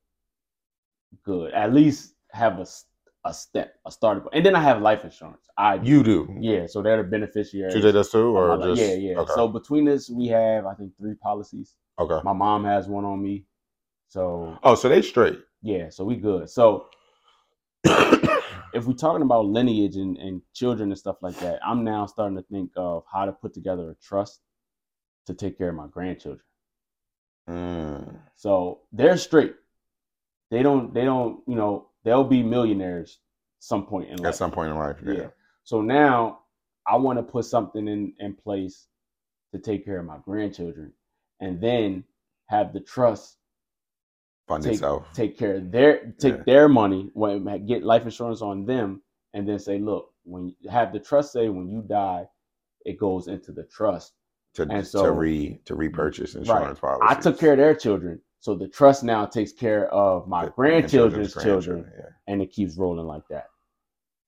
good. At least have a s- a step, a starting point, and then I have life insurance. I do. You do. yeah, so they're the beneficiaries. Mm-hmm. Should they just too, of my or life. just yeah, yeah. Okay. So between us, we have I think three policies. okay. My mom has one on me, so Oh, so they straight. yeah, so we good. So if we're talking about lineage and, and children and stuff like that, I'm now starting to think of how to put together a trust to take care of my grandchildren. Mm. So they're straight. They don't they don't, you know, they'll be millionaires some point in life. At some point in life, yeah. Yeah. So now I want to put something in, in place to take care of my grandchildren and then have the trust Fund take, itself. take care of their take Yeah. their money when- get life insurance on them and then say look when have the trust say when you die it goes into the trust to and to so- re to repurchase insurance policy. i took care of their children so the trust now takes care of my grandchildren's children Yeah. and it keeps rolling like that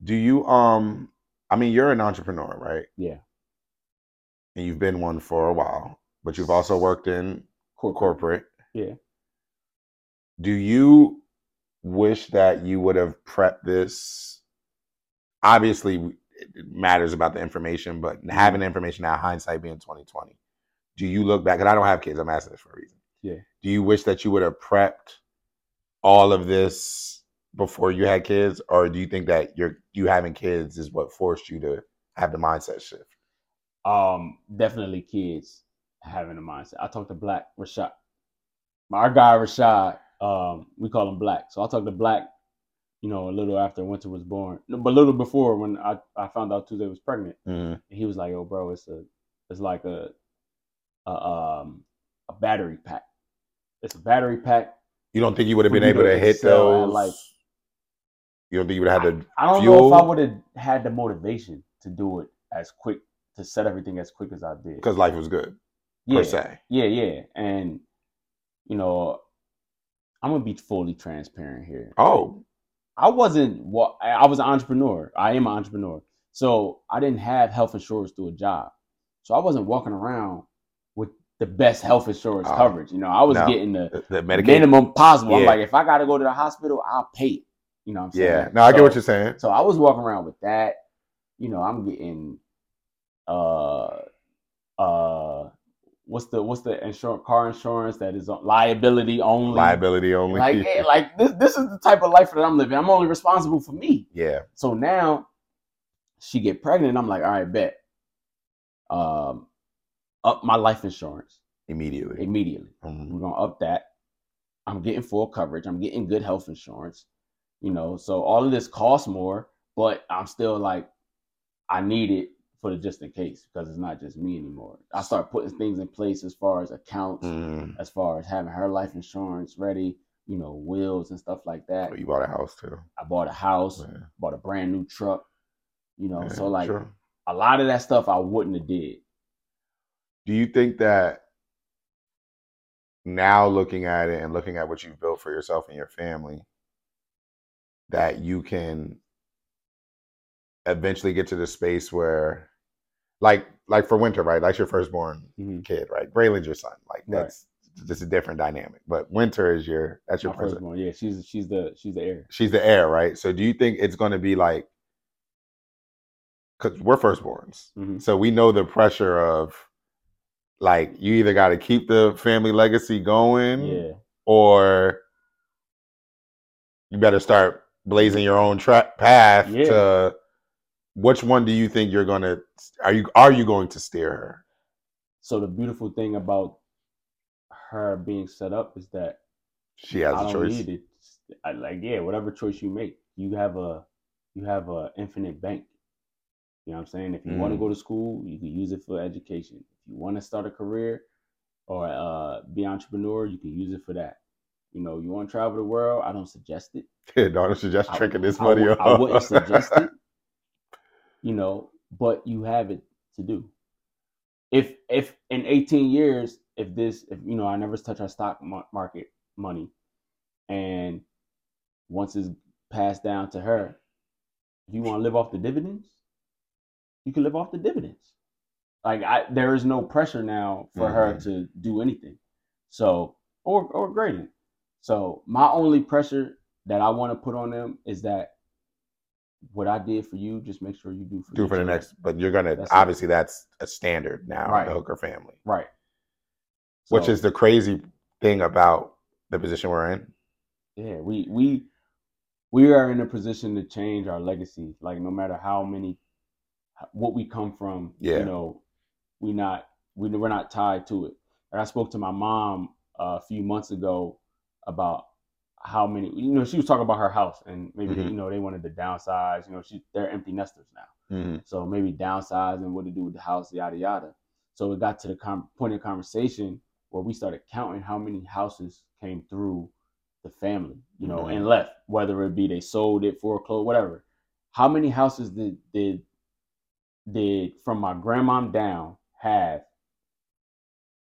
Do you um? I mean, you're an entrepreneur, right? Yeah. And you've been one for a while, but you've also worked in Corporate. corporate. Yeah. Do you wish that you would have prepped this? Obviously, it it matters about the information, but Mm-hmm. having the information now, hindsight being twenty twenty, do you look back? And I don't have kids. I'm asking this for a reason. Yeah. Do you wish that you would have prepped all of this before you had kids, or do you think that your you having kids is what forced you to have the mindset shift? um definitely kids having a mindset i talked to black rashad our guy rashad um we call him black so i talked to black you know a little after winter was born no, but a little before when i i found out tuesday was pregnant and he was like oh bro it's a it's like a, a um a battery pack it's a battery pack You don't think you would have When been you able don't to hit excel at, those? like- you don't think you would have had to? i don't know Fuel. if i would have had the motivation to do it as quick to set everything as quick as i did Because life was good per se. Yeah, yeah. And you know, I'm gonna be fully transparent here. Oh, I wasn't what I was an entrepreneur. I am an entrepreneur. So I didn't have health insurance through a job. So I wasn't walking around with the best health insurance Oh, coverage. You know, I was no. getting the the, the Medicaid. minimum possible. I'm Yeah. like, if I gotta go to the hospital, I'll pay it. You know what I'm saying? yeah. No, I get So- what you're saying. so I was walking around with that. You know, I'm getting uh uh what's the what's the insurance car insurance that is on liability only. Liability only. Like eh, like this this is the type of life that I'm living. I'm only responsible for me. yeah. So now she get pregnant, I'm like, all right, bet. Um up my life insurance Immediately. immediately. Mhm. We're gonna up that. I'm getting full coverage. I'm getting good health insurance. You know, so all of this costs more, but I'm still like, I need it for the just in case because it's not just me anymore. I start putting things in place as far as accounts, Mm. as far as having her life insurance ready, you know, wills and stuff like that. Oh, you bought a house too. I bought a house, Yeah, bought a brand new truck, you know. yeah, so like sure. a lot of that stuff I wouldn't have did. do you think that now looking at it and looking at what you've built for yourself and your family that you can eventually get to the space where like like for winter right that's your firstborn Mhm. kid right Braylon's your son like Right. that's just a different dynamic but winter is your that's your My first firstborn, yeah, she's she's the she's the heir. she's the heir right so do you think it's going to be like because we're firstborns Mhm. so we know the pressure of like you either got to keep the family legacy going Yeah, or you better start blazing your own tra- path Yeah. to which one do you think you're going to are you are you going to steer her So the beautiful thing about her being set up is that she has I a don't choice need it. I, like yeah, whatever choice you make, you have a you have a infinite bank. You know what I'm saying? If you want to Mm. go to school, you can use it for education. If you want to start a career or uh, be entrepreneur, you can use it for that. You know, you want to travel the world. I don't suggest it. daughter should just I- tricking this I money wou- off. I wouldn't suggest it. You know, but you have it to do. If if in 18 years, if this, if you know, I never touch our stock mar- market money, and once it's passed down to her, if you want to live off the dividends, you can live off the dividends. Like I, there is no pressure now for her Mhm. to do anything. So or or grading. So my only pressure that I want to put on them is that what I did for you, just make sure you do for do your for the children. next but you're going to That's it. obviously that's a standard now Right. the hooker family right. which So, is the crazy thing about the position we're in yeah, we we we are in a position to change our legacy. Like no matter how many what we come from, Yeah. you know, we not we we're not tied to it. And I spoke to my mom uh, a few months ago about how many you know she was talking about her house and maybe they, Mhm. you know they wanted to downsize. You know, she they're empty nesters now. mm-hmm. So maybe downsizing, what to do with the house, yada yada. So it got to the com- point of conversation where we started counting how many houses came through the family, you know, Mhm. and left. Whether it be they sold it, foreclosed, whatever. How many houses did did did from my grandmom down have?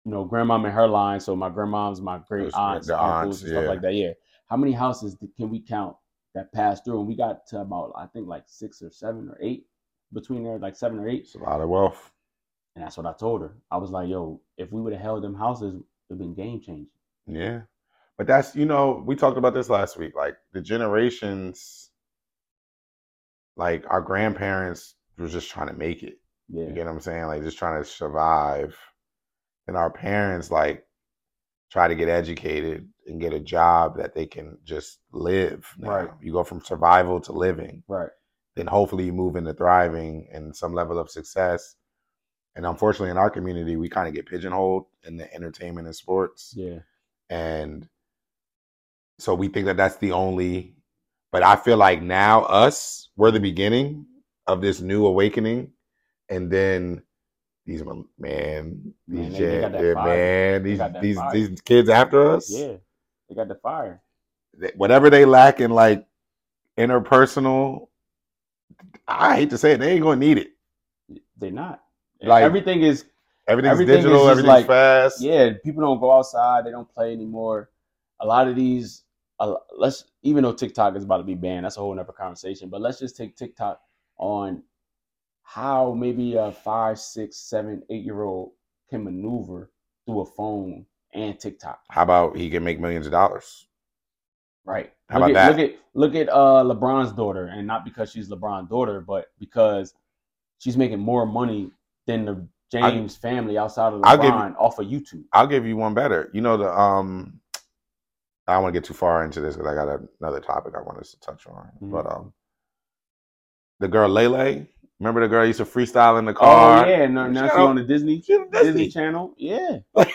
You know, grandmom and her line. So my grandmom's, my great Those- aunts, the uncles, aunts, and stuff yeah. like that. Yeah. How many houses th- can we count that passed through? And we got to about I think like six or seven or eight between there, like seven or eight. it's a lot of wealth And that's what I told her. I was like, yo, if we would have held them houses, it would have been game changing. Yeah. But that's, you know, we talked about this last week. Like the generations, like our grandparents were just trying to make it. Yeah. You get what I'm saying? Like just trying to survive. And our parents, like, try to get educated and get a job that they can just live. now. Right. You go from survival to living. Right. Then hopefully you move into thriving and some level of success. And unfortunately, in our community, we kind of get pigeonholed in the entertainment and sports Yeah. and so we think that that's the only but i feel like now us we're the beginning of this new awakening and then these mil- man Man, these they- they got gen- that yeah, fire. man They these got that these, fire. these kids after us Yeah. They got the fire. th- whatever they lack in like interpersonal i hate to say it they ain't gonna need it They're not. Like- everything is everything's Everything is digital just everything's like- fast yeah, people don't go outside. They don't play anymore. A lot of these, uh, let's even though TikTok is about to be banned, that's a whole nother conversation. But let's just take TikTok on how maybe a five, six, seven, eight year old can maneuver through a phone and TikTok. how about he can make millions of dollars Right. How look about at, Look at look at uh, LeBron's daughter, and not because she's LeBron's daughter, but because she's making more money than the James family outside of I'll give LeBron off of YouTube. I'll give you one better. You know the um I don't want to get too far into this because I got another topic I want us to touch on. Mhm. But um the girl Lele, remember the girl used to freestyle in the car? oh yeah, now, now Shout she's out- on the Disney She on Disney Disney. Channel. Yeah, Like,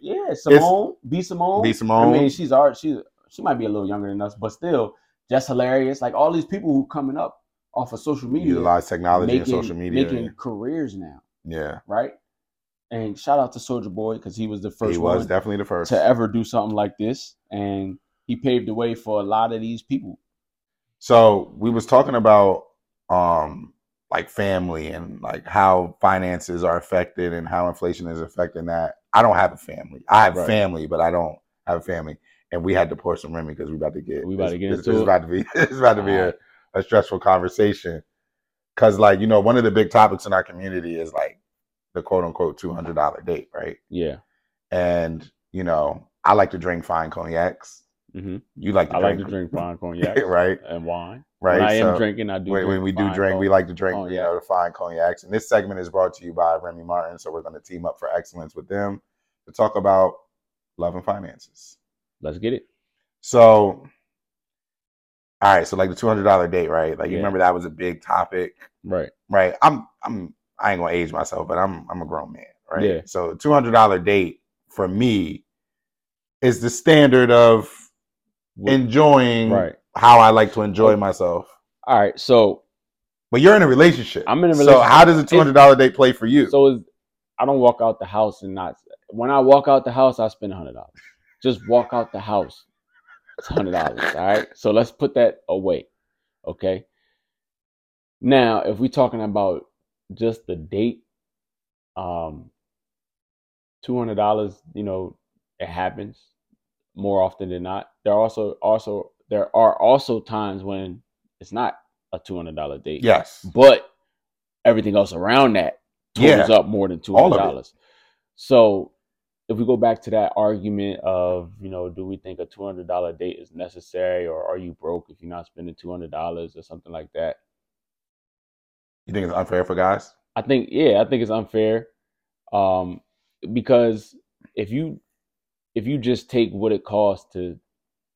yeah. Simone, B Simone. B. Simone. I mean, she's art. She she might be a little younger than us, but still, just hilarious. Like all these people who coming up off of social media, Utilize technology making, and social media. making careers now, yeah, right? And shout out to Soldier Boy because he was the first he one was definitely the first. to ever do something like this, and he paved the way for a lot of these people. So we was talking about um like family and like how finances are affected and how inflation is affecting that. I don't have a family. I have Right. family, but I don't have a family. And we had to pour some Remy because we about to get We about to get this, into this is it. about to be this is about to be a, Alright. a stressful conversation. Cause like, you know, one of the big topics in our community is like the quote unquote two hundred dollar date, right? Yeah, And, you know, I like to drink fine cognacs. Mhm. You like to I like drink, to drink fine cognac right? and wine. Right. When I am so- drinking, I do. when, when we do fine drink, we cognac. like to drink, you cognac. know, the fine cognacs. And this segment is brought to you by Remy Martin. So we're going to team up for excellence with them to talk about love and finances. Let's get it. So, all right. So like the two hundred dollar date, right? Like you Yeah. remember that was a big topic, Right. right? I'm, I'm, I ain't gonna age myself, but I'm, I'm a grown man, right? Yeah. So two hundred dollar date for me is the standard of enjoying Right. Oh. how I like to enjoy myself. All right. So But you're in a relationship. I'm in a So how does a two hundred dollar date play for you? So is, I don't walk out the house and not. When I walk out the house, I spend hundred dollars. Just walk out the house. It's hundred dollars. all right. So let's put that away. Okay. Now, if we're talking about just the date, um, two hundred dollars. You know, it happens more often than not. There also also there are also times when it's not a two hundred dollar date yes. but everything else around that totals Yeah. up more than two All hundred of it. dollars. So if we go back to that argument of you know, do we think a two hundred dollar date is necessary, or are you broke if you're not spending two hundred dollars or something like that? You think it's unfair for guys? I think yeah, I think it's unfair um, because if you if you just take what it costs to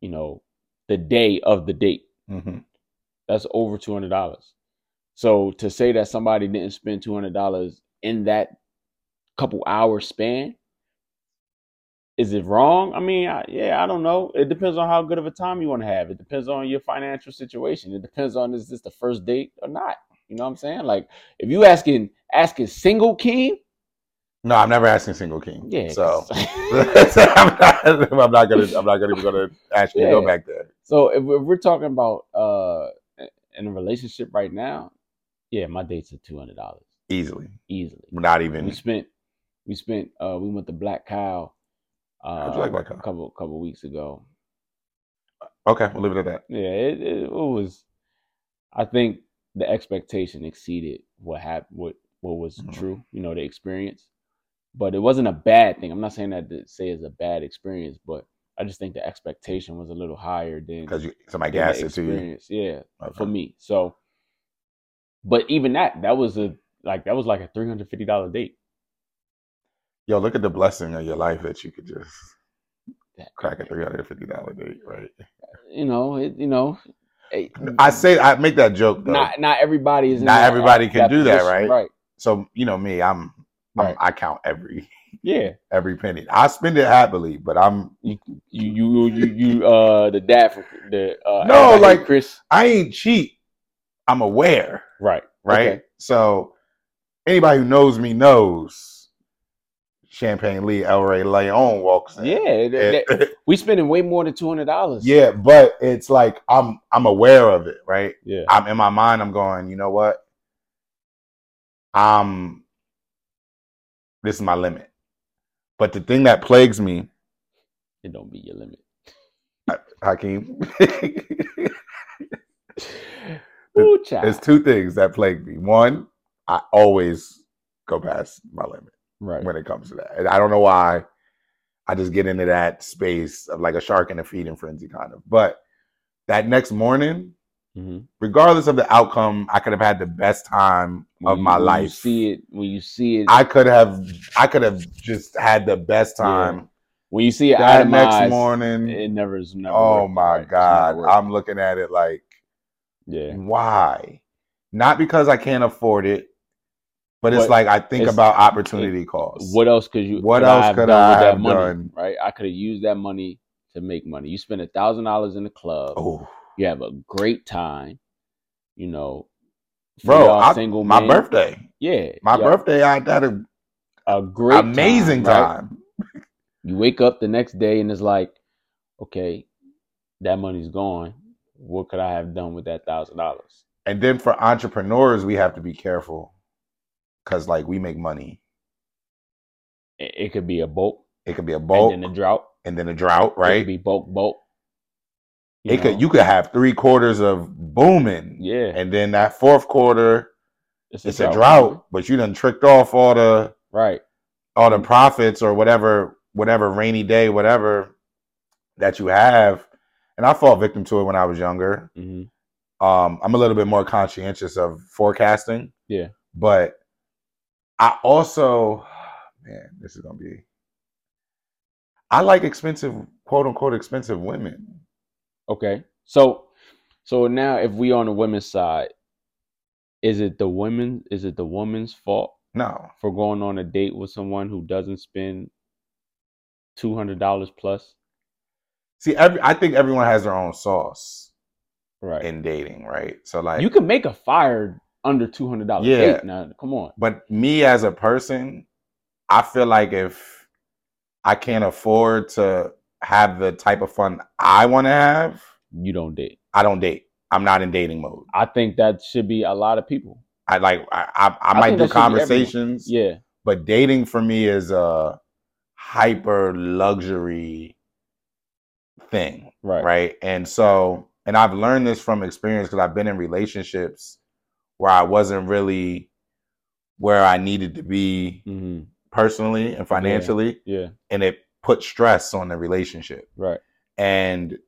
you know the day of the date Mm-hmm. that's over two hundred dollars. So to say that somebody didn't spend two hundred dollars in that couple hour span, is it wrong? I mean, I, yeah, I don't know. It depends on how good of a time you want to have. It depends on your financial situation. It depends on is this the first date or not. You know what I'm saying? Like if you asking asking single king, No, I'm never asking single king. yeah. So, 'cause- So I'm, not, I'm not gonna. I'm not gonna even gonna ask you to go Yeah. back there. So if, if we're talking about uh in a relationship right now, yeah, my dates are two hundred dollars Easily, easily. We're not we even. spent we spent uh we went to Black Cow uh How'd you like Black Cow? a couple couple weeks ago. Okay, we'll leave it at that. Yeah, it, it, it was I think the expectation exceeded what happened what what was Mhm. true, you know, the experience. But it wasn't a bad thing. I'm not saying that to say it's a bad experience, but I just think the expectation was a little higher than Because you, somebody than the gassed it to you. experience. Yeah. Okay. for me. So, but even that, that was a like that was like a three hundred fifty dollar date. Yo, look at the blessing of your life that you could just That- crack a three hundred fifty dollar date, right? You know, it, you know, it- I say I make that joke though. Mm-hmm. not not everybody is. in Not that- everybody can do that, position, right? Right. so you know me, I'm, Right. I'm I count every Yeah. every penny. I spend it happily, but I'm You you you you uh the dad from the uh No, Alabama, like- Chris. I ain't cheap. I'm aware. Right. right? Okay. So anybody who knows me knows Champagne Lee El Rey Leon walks in. Yeah. that- that- And- we spending way more than two hundred dollars. yeah, but it's like I'm I'm aware of it, right? Yeah. I'm in my mind I'm going, you know what? I'm this is my limit. But the thing that plagues me, It don't be your limit. Hakeem, Ooh, child. there's two things that plague me. One, I always go past my limit. right. when it comes to that. And I don't know why. I just get into that space of like a shark in a feeding frenzy kind of. But that next morning, Mhm. regardless of the outcome, I could have had the best time When of you- my when You life. Mm-hmm. see it when you see it. I could have I could have just had the best Yeah. time. when you see it That itemized, next morning. it never is never. oh worth it, my right? It's never God. worth it. I'm looking at it like, yeah. why? Not because I can't afford it, but it's What- like I think it's- about opportunity costs. What else could you? What could else I have could done I with that have money? done? Right, I could have used that money to make money. You spend a thousand dollars in the club. Oh, You have a great time. You know, bro. y'all I- single my men. birthday, Yeah, my y'all- birthday, I had a a great amazing right? time. You wake up the next day and it's like, okay, that money's gone. What could I have done with that thousand dollars? And then for entrepreneurs, we have to be careful because like we make money. It, it could be a boat, It could be a bulk and then a drought, a drought, It right? could be bulk, bulk. it could know? you could have three quarters of booming, yeah, and then that fourth quarter it's a drought, Mm-hmm. but you done tricked off all the right? all the profits or whatever whatever rainy day whatever that you have. And I fall victim to it when I was younger. hmm Um, I'm a little bit more conscientious of forecasting. Yeah. but I also, man, this is gonna be. I like expensive, quote unquote, expensive women. Okay, so so now if we on the women's side, is it the women? Is it the woman's fault No, for going on a date with someone who doesn't spend two hundred dollars plus? see, every I think everyone has their own sauce Right. in dating, right? So like, you can make a fire under two hundred dollars. Yeah. date now come on. but me as a person, I feel like if I can't afford to have the type of fun I want to have, You don't date. I don't date. I'm not in dating mode. I think that should be a lot of people. I like I I, I I might think do that should be everyone. conversations, Yeah. but dating for me is a hyper luxury thing, Right. right? And so, and I've learned this from experience because I've been in relationships where I wasn't really where I needed to be hmm personally and financially. Yeah. and it put stress on the relationship Right. and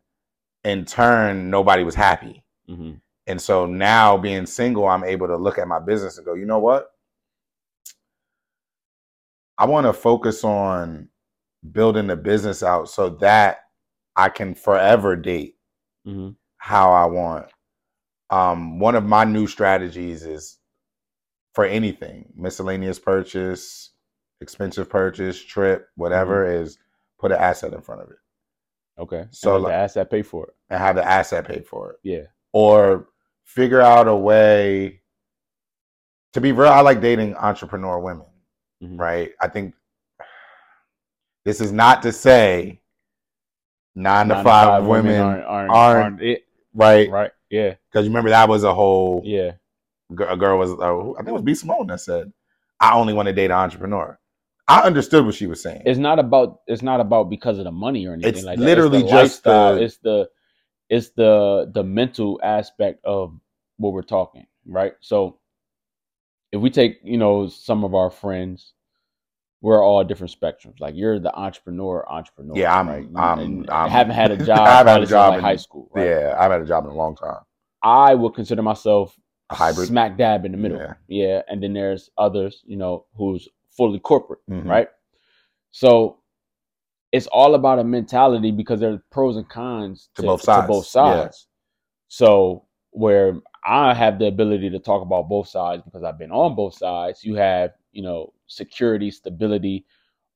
in turn nobody was happy hmm and so now being single i'm able to look at my business and go you know what i want to focus on building the business out so that i can forever date hmm how i want um, one of my new strategies is for anything miscellaneous purchase expensive purchase trip whatever is put an asset in front of it Okay. So, So and let like- the asset pay for it. and have the asset paid for it. Yeah. Or figure out a way to be real. I like dating entrepreneur women, Mhm. right? I think this is not to say nine, to five, women, aren't aren't, aren't- aren't it. right? Because Right. Yeah. you remember that was a whole Yeah. g- a girl was uh, who- I think it was B Simone that said, "I only want to date an entrepreneur." I understood what she was saying. It's not about it's not about because of the money or anything It's like that. literally it's the just the- lifestyle. it's the it's the the mental aspect of what we're talking, right? So if we take, you know, some of our friends, we're all different spectrums. Like you're the entrepreneur, entrepreneur. Yeah, I'm- right? I'm- And I'm- haven't had a job. I haven't had a probably since, job like in- high school. Right? Yeah, I've had a job in a long time. I would consider myself A hybrid. smack dab in the middle. Yeah. Yeah. And then there's others, you know, who's fully corporate, Mhm. right? So it's all about a mentality because there are pros and cons To both sides, To both yeah. sides. So where I have the ability to talk about both sides because I've been on both sides. You have, you know, security, stability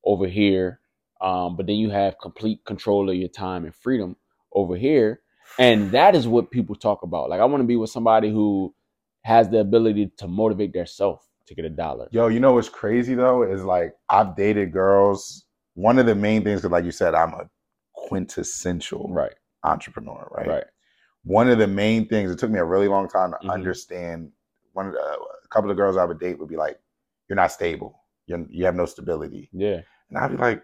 over here. Um, but then you have complete control of your time and freedom over here. And that is what people talk about. Like I want to be with somebody who has the ability to motivate themselves to get a dollar. Yo, you know what's crazy though is like I've dated girls. One of the main things, because like you said, I'm a quintessential Right, entrepreneur, right? right. One of the main things. It took me a really long time to Mhm. understand. One of the, uh, a couple of girls I would date would be like, "You're not stable. You you have no stability," Yeah. and I'd be like,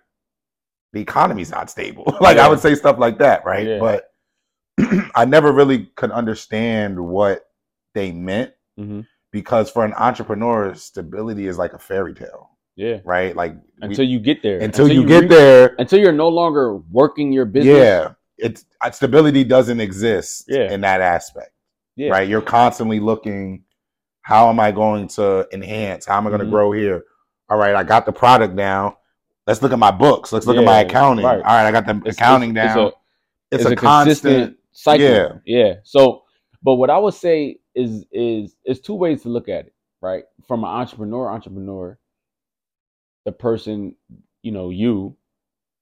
"The economy's not stable." like I Yeah. would say stuff like that, right? Yeah. But I never really could understand what they meant Mm-hmm. because for an entrepreneur, stability is like a fairy tale Yeah. right? Like we- Until you get there. until, you, re- get there, Until you're no longer working your business. yeah, it's uh, stability doesn't exist Yeah. in that aspect, Yeah. right? You're constantly looking, how am I going to enhance? How am I going to Mhm. grow here? All right, I got the product down. Let's look at my books. Let's look at my Yeah, accounting. right. All right, I got the It's- accounting it's- it's a- down. It's, it's a, a, constant. consistent cycle. Yeah. Yeah. So, but what I would say is is is two ways to look at it, right? From an entrepreneur, entrepreneur, the person, you know, you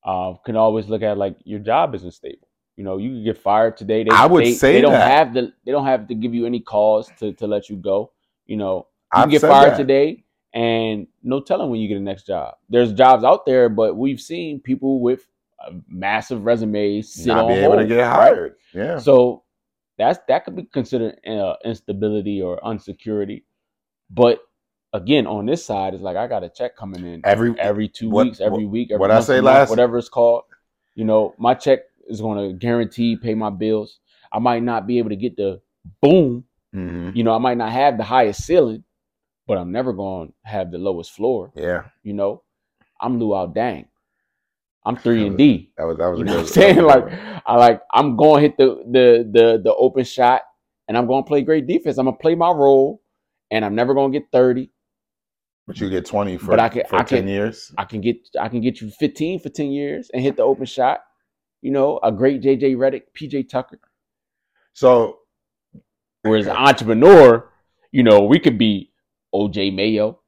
uh, can always look at it like your job isn't stable. You know, you could get fired today. They, I would they, say they don't that. have the they don't have to give you any cause to to let you go. you know, you I've get said fired that. today and no telling when you get the next job. There's jobs out there, but we've seen people with uh, massive resumes sit Not on be able hold, to get right? hired. Yeah. So that's that could be considered uh, instability or unsecurity. But again, on this side, it's like I got a check coming in Every every two what- weeks, every week, every what I once a say month, last- whatever it's called. You know, my check is going to guarantee pay my bills. I might not be able to get the boom. Mhm. You know, I might not have the highest ceiling, but I'm never going to have the lowest floor. Yeah. You know, I'm Luau Dang. I'm three and D. That was that was You a know good what I'm saying? that was a Like good one. I like I'm gonna hit the the the the open shot and I'm gonna play great defense. I'm gonna play my role and I'm never gonna get 30. but you get twenty for, But I can- for I ten can- years. I can get I can get you 15 for 10 years and hit the open shot. You know, a great JJ Reddick, PJ Tucker. So Whereas an entrepreneur, you know, we could be OJ Mayo,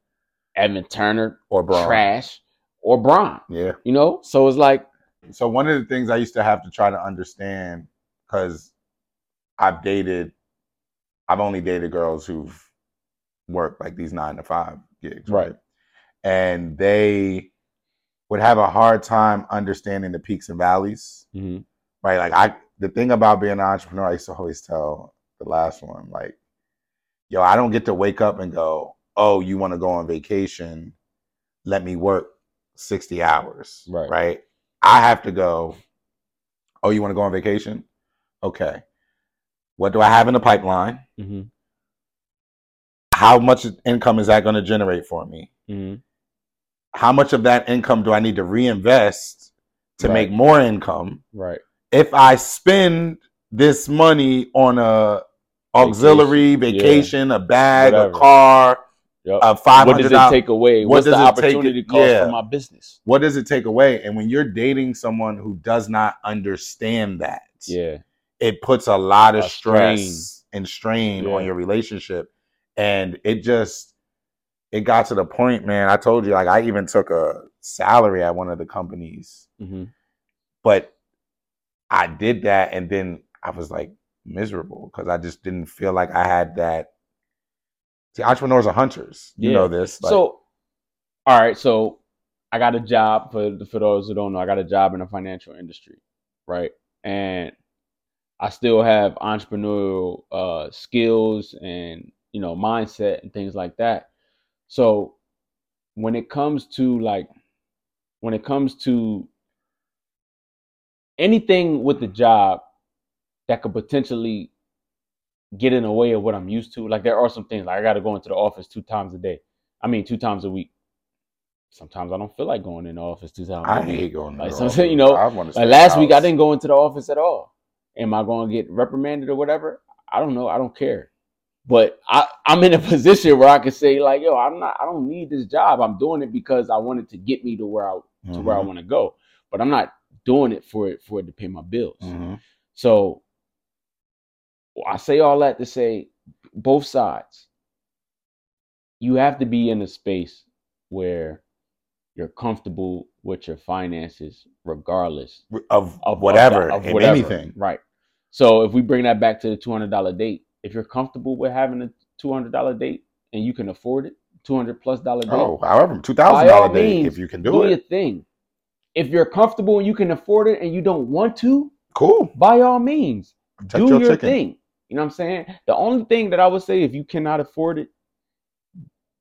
Evan Turner, or Braun. Trash, or Braun. Yeah. You know? So it's like So one of the things I used to have to try to understand because I've dated, I've only dated girls who've worked like these nine to five gigs, Right. And they would have a hard time understanding the peaks and valleys, Mm-hmm, right? Like I, the thing about being an entrepreneur, I used to always tell the last one, like, yo, I don't get to wake up and go, oh, you want to go on vacation? Let me work 60 hours. Right. Right. I have to go, oh, you want to go on vacation? Okay. What do I have in the pipeline? mm-hmm, How much income is that going to generate for me? mm-hmm, How much of that income do I need to reinvest to Right. make more income? right. If I spend this money on a auxiliary Vacation, yeah. vacation, a bag, Whatever. a car, Yep. a Uh, five what does hundred it dollars. take away? what What's the does it take- opportunity cost yeah. for my business? What does it take away? And when you're dating someone who does not understand that, Yeah. it puts a lot of A strain. stress and strain on Yeah. your relationship. And it just it got to the point, man. I told you, like I even took a salary at one of the companies, but I did that, and then I was like miserable because I just didn't feel like I had that. See, entrepreneurs are hunters. You Yeah. know this. like- so, all right. So, I got a job for for those who don't know. I got a job in the financial industry, right? And I still have entrepreneurial uh, skills and you know mindset and things like that. So, when it comes to like, when it comes to anything with the job that could potentially get in the way of what I'm used to. Like there are some things like I got to go into the office two times a day. I mean, two times a week. Sometimes I don't feel like going in the office two times. I a week. hate going. to Like, the so- office. you know, I wanna stay Like in last the week, I house. didn't go into the office at all. Am I going to get reprimanded or whatever? I don't know. I don't care. But I, I'm in a position where I can say like, yo, I'm not. I don't need this job. I'm doing it because I wanted to get me to where I to where I Mhm, want to go. But I'm not doing it for it for it to pay my bills. mhm. So I say all that to say both sides. You have to be in a space where you're comfortable with your finances, regardless Mm-hmm. Of, of of whatever, the- of if whatever. Mm-hmm. anything. Right. So if we bring that back to the two hundred dollar date, if you're comfortable with having a two hundred dollar date and you can afford it, two hundred plus dollar date, Oh, however, two By thousand all dollar day means, if you can do, do your it. thing. If you're comfortable and you can afford it and you don't want to, Cool. by all means, Protect do your your, chicken. thing. You know what I'm saying? The only thing that I would say if you cannot afford it,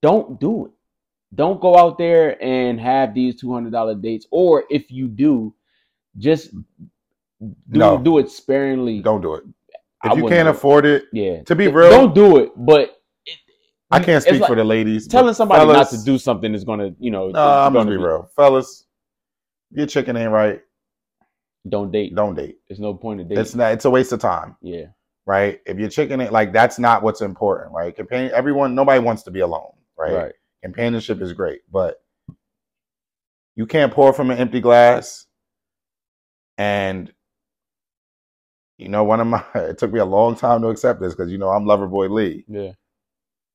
don't do it. Don't go out there and have these $200 dates or if you do, just do, No. do it sparingly. Don't do it I if you wouldn't can't do it. afford it. Yeah. To be Th- real, Don't do it, but it, I can't it's speak like for the ladies. but telling somebody not fellas- to do something is going to, you know, No, I'm gonna gonna be real, fellas. Your chicken ain't right. Don't date. Don't date. There's no point in dating. It's not. It's a waste of time, yeah. right? If your chicken ain't like that's not what's important, right? Companion. Everyone. Nobody wants to be alone, Right. right? Companionship is great, but you can't pour from an empty glass. And you know, one of my. It took me a long time to accept this because you know I'm lover boy Lee. Yeah.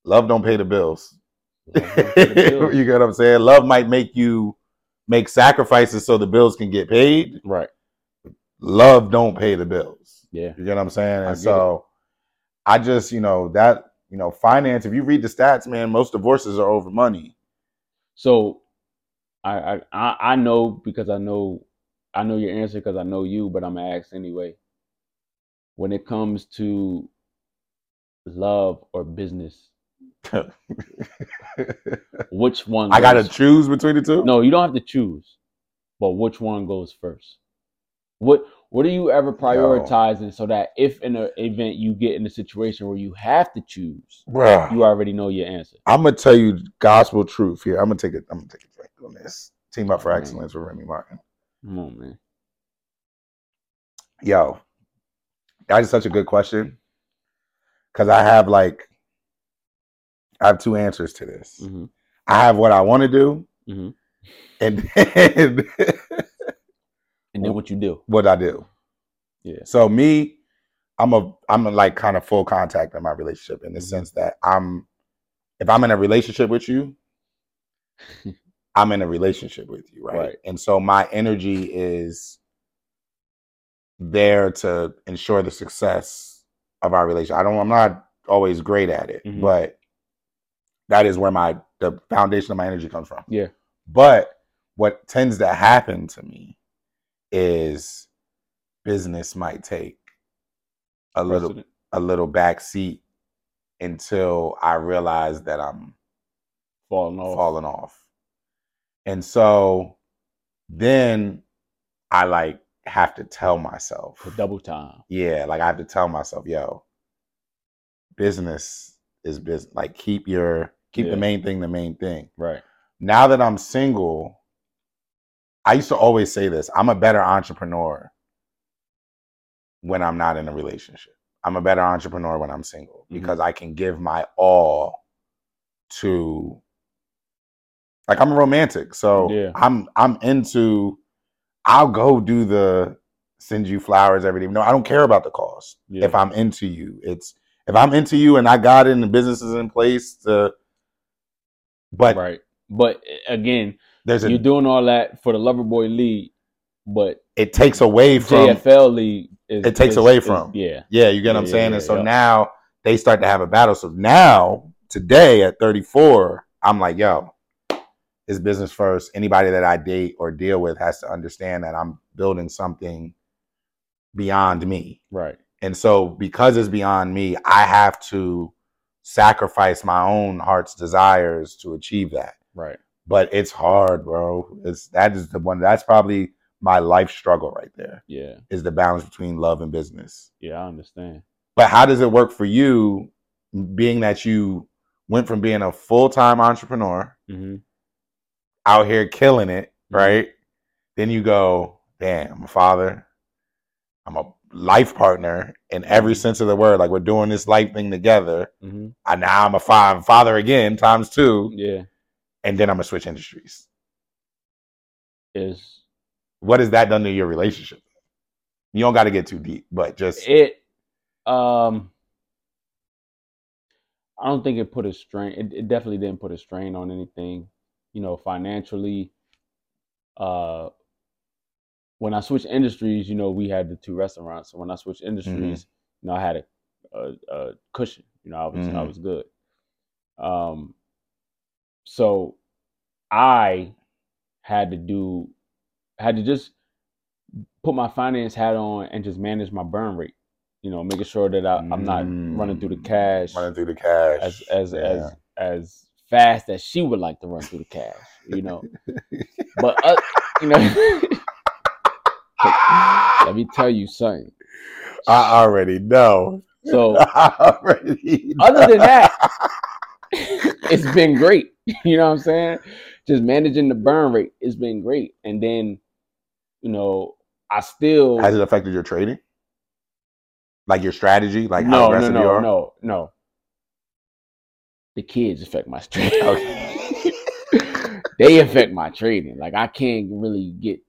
Love don't pay the bills. Right. you get what I'm saying? Love might make you make sacrifices so the bills can get paid. right. Love don't pay the bills. Yeah. You get what I'm saying? I And get so I just, you know, that, You know, finance. If you read the stats, man, most divorces are over money. So I I- I I know because I know I know your answer because I know you, but I'm gonna ask anyway. When it comes to love or business, which one? I gotta goes- choose between the two. No, you don't have to choose, but which one goes first? What What do you ever prioritizing so that if in an event you get in a situation where you have to choose, Bruh. you already know your answer? I'm gonna tell you gospel truth here. I'm gonna take it. I'm gonna take a drink on this. Team up for Man. excellence with Remy Martin. Come on, man. Yo, that is such a good question because I have like I have two answers to this. Mhm. I have what I want to do, Mhm. and then And then what you do? what I do. Yeah. So me, I'm a I'm a like kind of full contact in my relationship in the sense that I'm if I'm in a relationship with you, I'm in a relationship with you, right? Right. And so my energy is there to ensure the success of our relationship. I don't I'm not always great at it, Mhm. but that is where my the foundation of my energy comes from. Yeah. But what tends to happen to me is business might take a little Precedent. a little back seat until I realize that I'm Falling off. falling off. And so then I like have to tell myself. The double time. Yeah, like I have to tell myself, yo, business is business. Like keep your keep Yeah. the main thing the main thing Right. now that I'm single, I used to always say this I'm a better entrepreneur when I'm not in a relationship. I'm a better entrepreneur when I'm single Mhm. because I can give my all to like I'm a romantic. So Yeah. I'm I'm into I'll go do the send you flowers every day. No, I don't care about the cost. Yeah. If I'm into you, it's if I'm into you and I got it and the business is in place to but right. But again, there's a you're doing all that for the lover boy league, but it takes away from JFL league is It takes is- away is- from. yeah. yeah you get what i'm Yeah, yeah, saying yeah, and so yeah. now they start to have a battle so now today at 34 i'm like yo it's business first anybody that i date or deal with has to understand that i'm building something beyond me Right. and so because it's beyond me i have to sacrifice my own heart's desires to achieve that Right. but it's hard bro it's that is the one that's probably my life struggle right there Yeah. is the balance between love and business. Yeah. I understand. But how does it work for you, being that you went from being a full time entrepreneur hmm out here killing it, Mhm. right? Then you go, damn, I'm a father, I'm a life partner in every Mhm. sense of the word. Like we're doing this life thing together. hmm I now I'm a five father again times two, Yeah. and then I'm gonna switch industries. Is What has that done to your relationship? You don't got to get too deep, but just it? Um. I don't think it put a strain. It, it definitely didn't put a strain on anything. You know, financially. Uh. When I switched industries, you know, we had the two restaurants. So when I switched industries, you know, I had a, a, a cushion. You know, I was I Mhm. was good. Um. So, I had to do had to just put my finance hat on and just manage my burn rate. You know, making sure that I, I'm not running through the Mm, cash running through the cash as as Yeah. as as fast as she would like to run through the cash. You know, but uh, you know, let me tell you something. I already know. So I already other than that, it's been great. You know what I'm saying? Just managing the burn rate, it's been great. And then, you know, I still has it affected your trading? Like your strategy, like how no, no, aggressive no, you are. no, no. The kids affect my trading. Okay. they affect my trading. Like I can't really get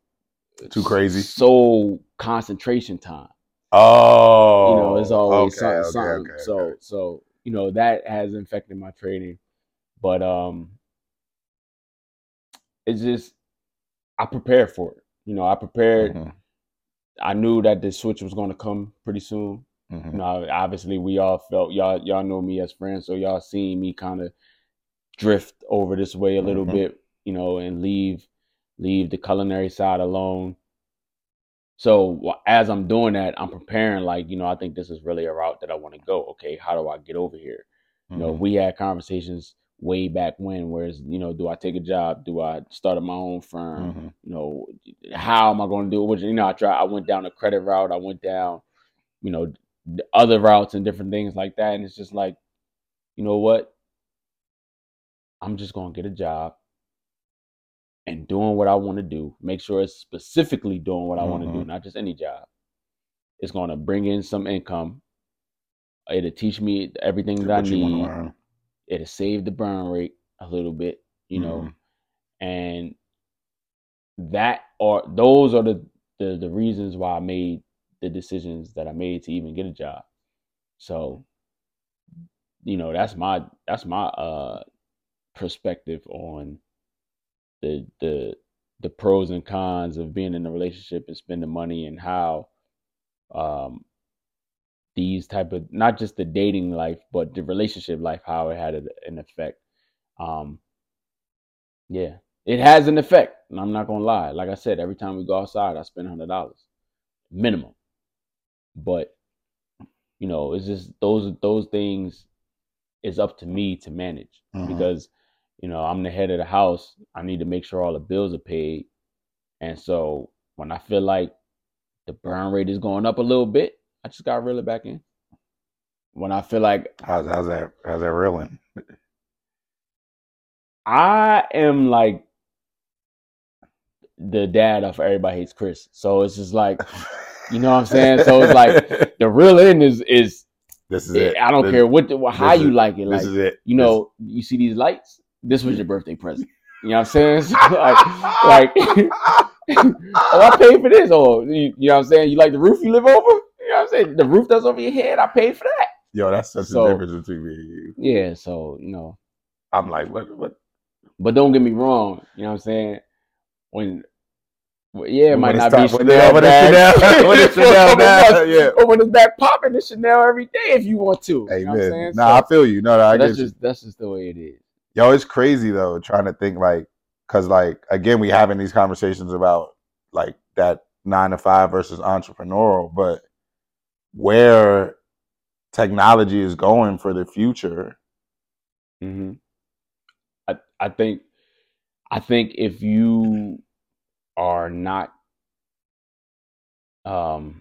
Too crazy? So concentration time. Oh, You know, it's always something. okay, okay, something. okay, so, okay. so you know that has affected my trading, but um, it's just I prepared for it. You know, I prepared. Mhm. I knew that the switch was going to come pretty soon. You Mhm. know, obviously we all felt y'all y'all know me as friends, so y'all seen me kind of drift over this way a little Mhm. bit, you know, and leave leave the culinary side alone. So wh- as I'm doing that, I'm preparing like, you know, I think this is really a route that I want to go. Okay, how do I get over here? You know, Mhm. we had conversations way back when, whereas, you know, do I take a job? Do I start up my own firm? Mhm. you know, how am I going to do it? Which, you know, I try, I went down the credit route, I went down, you know, the other routes and different things like that. And it's just like, you know what? I'm just going to get a job and doing what I want to do. Make sure it's specifically doing what I want to do, Mhm. not just any job. It's going to bring in some income. It'll teach me everything that I What you wanna need. learn. It'll save the burn rate a little bit, you know Mhm. and that are those are the, the the reasons why I made the decisions that I made to even get a job. So, you know, that's my that's my uh perspective on the the the pros and cons of being in a relationship and spending money and how um these type of not just the dating life but the relationship life how it had a- an effect um Yeah, it has an effect. And I'm not gonna lie. Like I said, every time we go outside, I spend hundred dollars minimum. But you know, it's just those those things. It's up to me to manage Mhm. because you know I'm the head of the house. I need to make sure all the bills are paid. And so when I feel like the burn rate is going up a little bit, I just got to reel it back in. When I feel like How's how's that how's that reeling? I am like the dad of everybody hates Chris, so it's just like You know what I'm saying? So it's like- the real end is is this is it. I don't This- care what the, how this you is- like it. Like This is it. you This- know, you see these lights. This was your birthday present. You know what I'm saying? So, like, like, oh, I paid for this. Oh, you, you know what I'm saying? You like the roof you live over? You know what I'm saying? The roof that's over your head, I paid for that. yo, that's such So- a difference between me and you. Yeah. So you know, I'm like, what? What? but don't get me wrong. You know what I'm saying? When well, yeah, it When might it not start- be when Chanel it- when it's bags. Chanel- when it's For a Chanel couple bags, months, yeah. Or when it's back popping, it's Chanel every day if you want to. You know what I'm Amen. saying? nah, So- I feel you. No, no, But I get that's you. just that's just the way it is. Yo, it's crazy though, trying to think like, cause like again, we having these conversations about like that nine to five versus entrepreneurial, but where technology is going for the future. hmm I I think I think if you are not um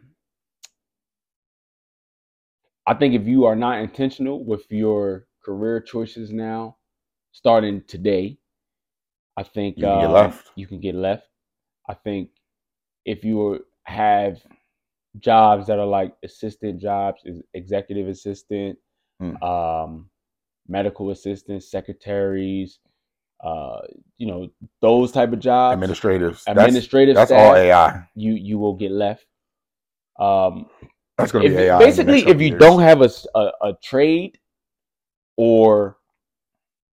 I think if you are not intentional with your career choices now, starting today, I think You can get um, left. You can get left. I think if you have jobs that are like assistant jobs, ex- executive assistant, Mm. um, medical assistants, secretaries, uh, you know those type of jobs, Administratives. That's administrative that's staff, all AI. you you will get left. Um, That's gonna if be you- AI. in the next basically, if couple you years. don't have a, s- a- a trade or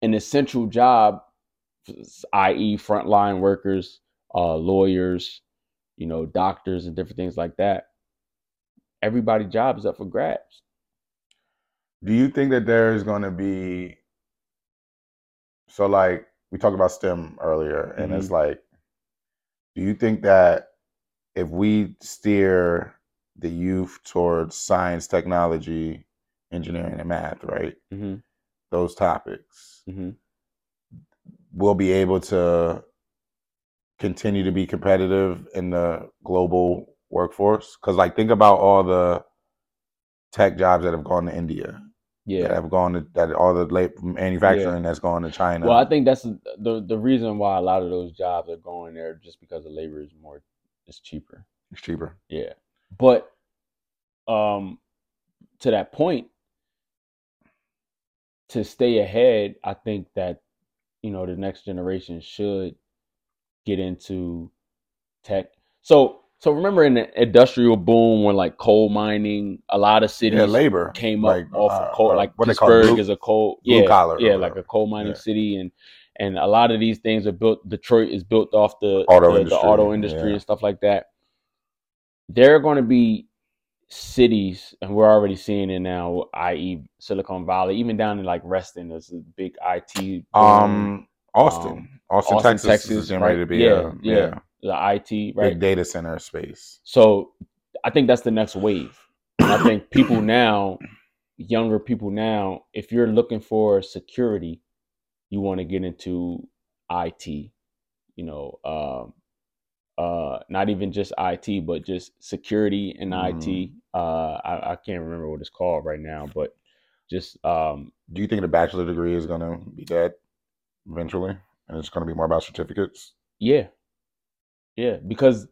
an essential job, s- i.e., frontline workers, uh, lawyers, you know, doctors, and different things like that, everybody's job is up for grabs. Do you think that there is going to be so like we talked about STEM earlier, and it's like, do you think that if we steer the youth towards science, technology, engineering, and math, right, Mm-hmm, those topics, mm-hmm. we'll be able to continue to be competitive in the global workforce? Because like, think about all the tech jobs that have gone to India, that Yeah. have gone to that all the late manufacturing that's gone to China. Well, I think that's the the reason why a lot of those jobs are going there, just because the labor is more, it's cheaper. it's cheaper. Yeah. But um to that point, to stay ahead, I think that, you know, the next generation should get into tech. So so remember in the industrial boom when like coal mining, a lot of cities yeah, labor came up off uh, of coal, uh, like what they call Pittsburgh blue- is a coal, blue yeah, collar or yeah, like whatever. a coal mining Yeah. city, and and a lot of these things are built. Detroit is built off the Auto the, the industry, auto industry yeah. and stuff like that. They're going to be cities, and we're already seeing it now, i.e., Silicon Valley, even down in like Reston, there's a big IT. boom. Um, Austin, Austin, Austin, Texas, Texas, is getting right? ready to be Yeah, yeah. yeah, yeah, the IT, big right? data center space. So I think that's the next wave. And I think people now, younger people now, if you're looking for security, you want to get into IT, you know, um, uh, not even just IT, but just security and IT. Uh, I, I can't remember what it's called right now, but just um, Do you think the bachelor degree is going to be that eventually, and it's going to be more about certificates? Yeah. Yeah, because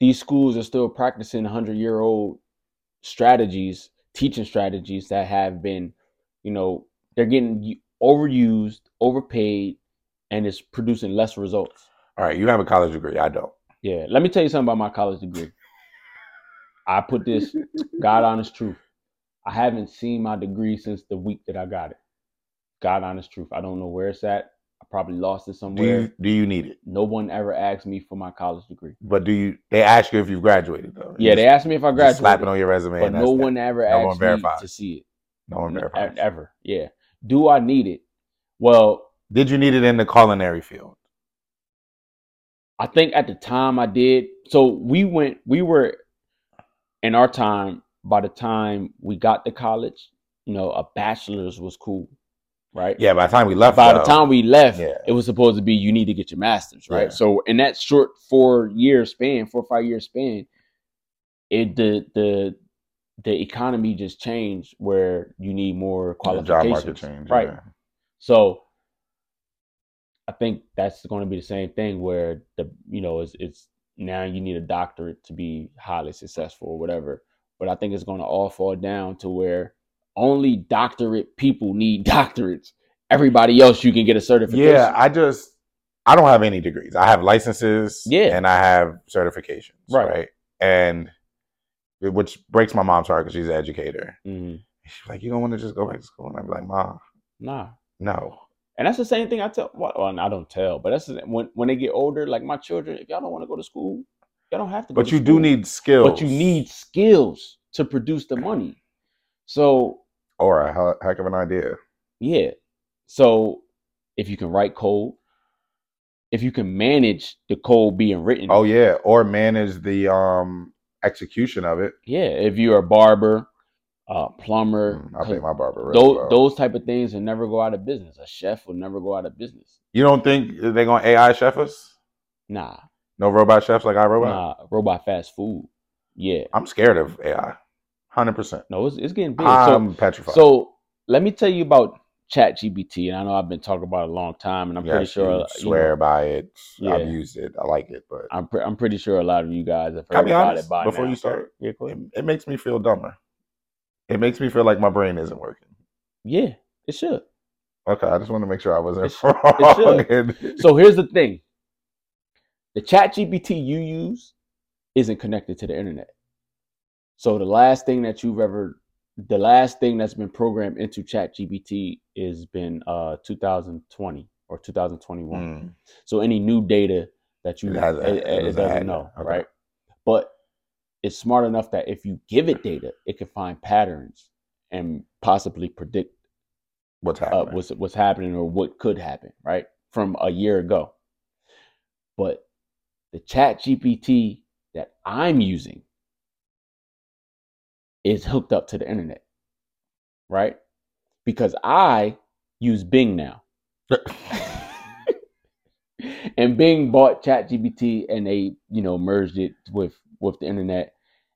these schools are still practicing 100-year-old strategies, teaching strategies that have been, you know, they're getting u- overused, overpaid, and it's producing less results. All right, you have a college degree. I don't. Yeah, let me tell you something about my college degree. I put this God honest truth. I haven't seen my degree since the week that I got it. God honest truth. I don't know where it's at. I probably lost it Do somewhere. you do you need it? No one ever asked me for my college degree. But do you? They ask you if you've graduated though. Yeah, they Just- asked me if I just slap it graduated, on your resume. but and no that's that. one ever No one asked me verifies. to see it No one N- verifies. e- ever. Yeah. Do I need it? Well, Did you need it in the culinary field? I think at the time I did. So we went. We were in our time. By the time we got to college, you know, a bachelor's was cool, right? Yeah. By the time we left, By the though, time we left, Yeah. it was supposed to be you need to get your master's, right? Yeah. So in that short four year span, four or five year span, it the the the economy just changed where you need more the job qualifications, market changed. right? yeah. So I think that's going to be the same thing where the you know it's it's now you need a doctorate to be highly successful or whatever. But I think it's going to all fall down to where only doctorate people need doctorates. Everybody else, you can get a certification. Yeah, I just I don't have any degrees. I have licenses, Yeah. and I have certifications, Right. right? And it- which breaks my mom's heart because she's an educator. Mhm. She's like, "You don't want to just go back to school?" And I'm like, "Ma, Nah. no." And that's the same thing I tell. Well, well, I don't tell, but that's the, when when they get older, like my children. If y'all don't want to go to school, y'all don't have to. go But to you do school. need skills. But you need skills to produce the money. So or a he- heck of an idea. Mm-hmm. Yeah. So if you can write code, if you can manage the code being written. Oh yeah, or manage the um execution of it. yeah. If you're a barber, uh, plumber, Mm, I pay my barber. Really those, well. those type of things will never go out of business. A chef will never go out of business. You don't think they're gonna AI chef us? Nah. No robot chefs like I robot. Nah. Robot fast food. Yeah. I'm scared of AI. Hundred percent. No, it's, it's getting big. So, I'm petrified. so let me tell you about ChatGPT. And I know I've been talking about it a long time, and I'm pretty Yes, sure you uh, you swear know, by it. Yeah. I've used it. I like it, but I'm, pre- I'm pretty sure a lot of you guys have heard I'll be about honest, it by before now. you start, Yeah, go ahead. it, it makes me feel dumber. It makes me feel like my brain isn't working. Yeah, it should. Okay, I just want to make sure I wasn't It sh- wrong. and- So here's the thing. The chat GPT you use isn't connected to the internet. So the last thing that you've ever the last thing that's been programmed into chat GPT is been uh 2020 or 2021. Mm, So any new data that you It Hmm. it, has- it- it it doesn't doesn't have know, that. Okay. right? But it's smart enough that if you give it data, it can find patterns and possibly predict what's uh, happening? what's what's happening or what could happen, right? From a year ago. But the chat GPT that I'm using is hooked up to the internet, right? Because I use Bing now. and Bing bought ChatGPT and they, you know, merged it with with the internet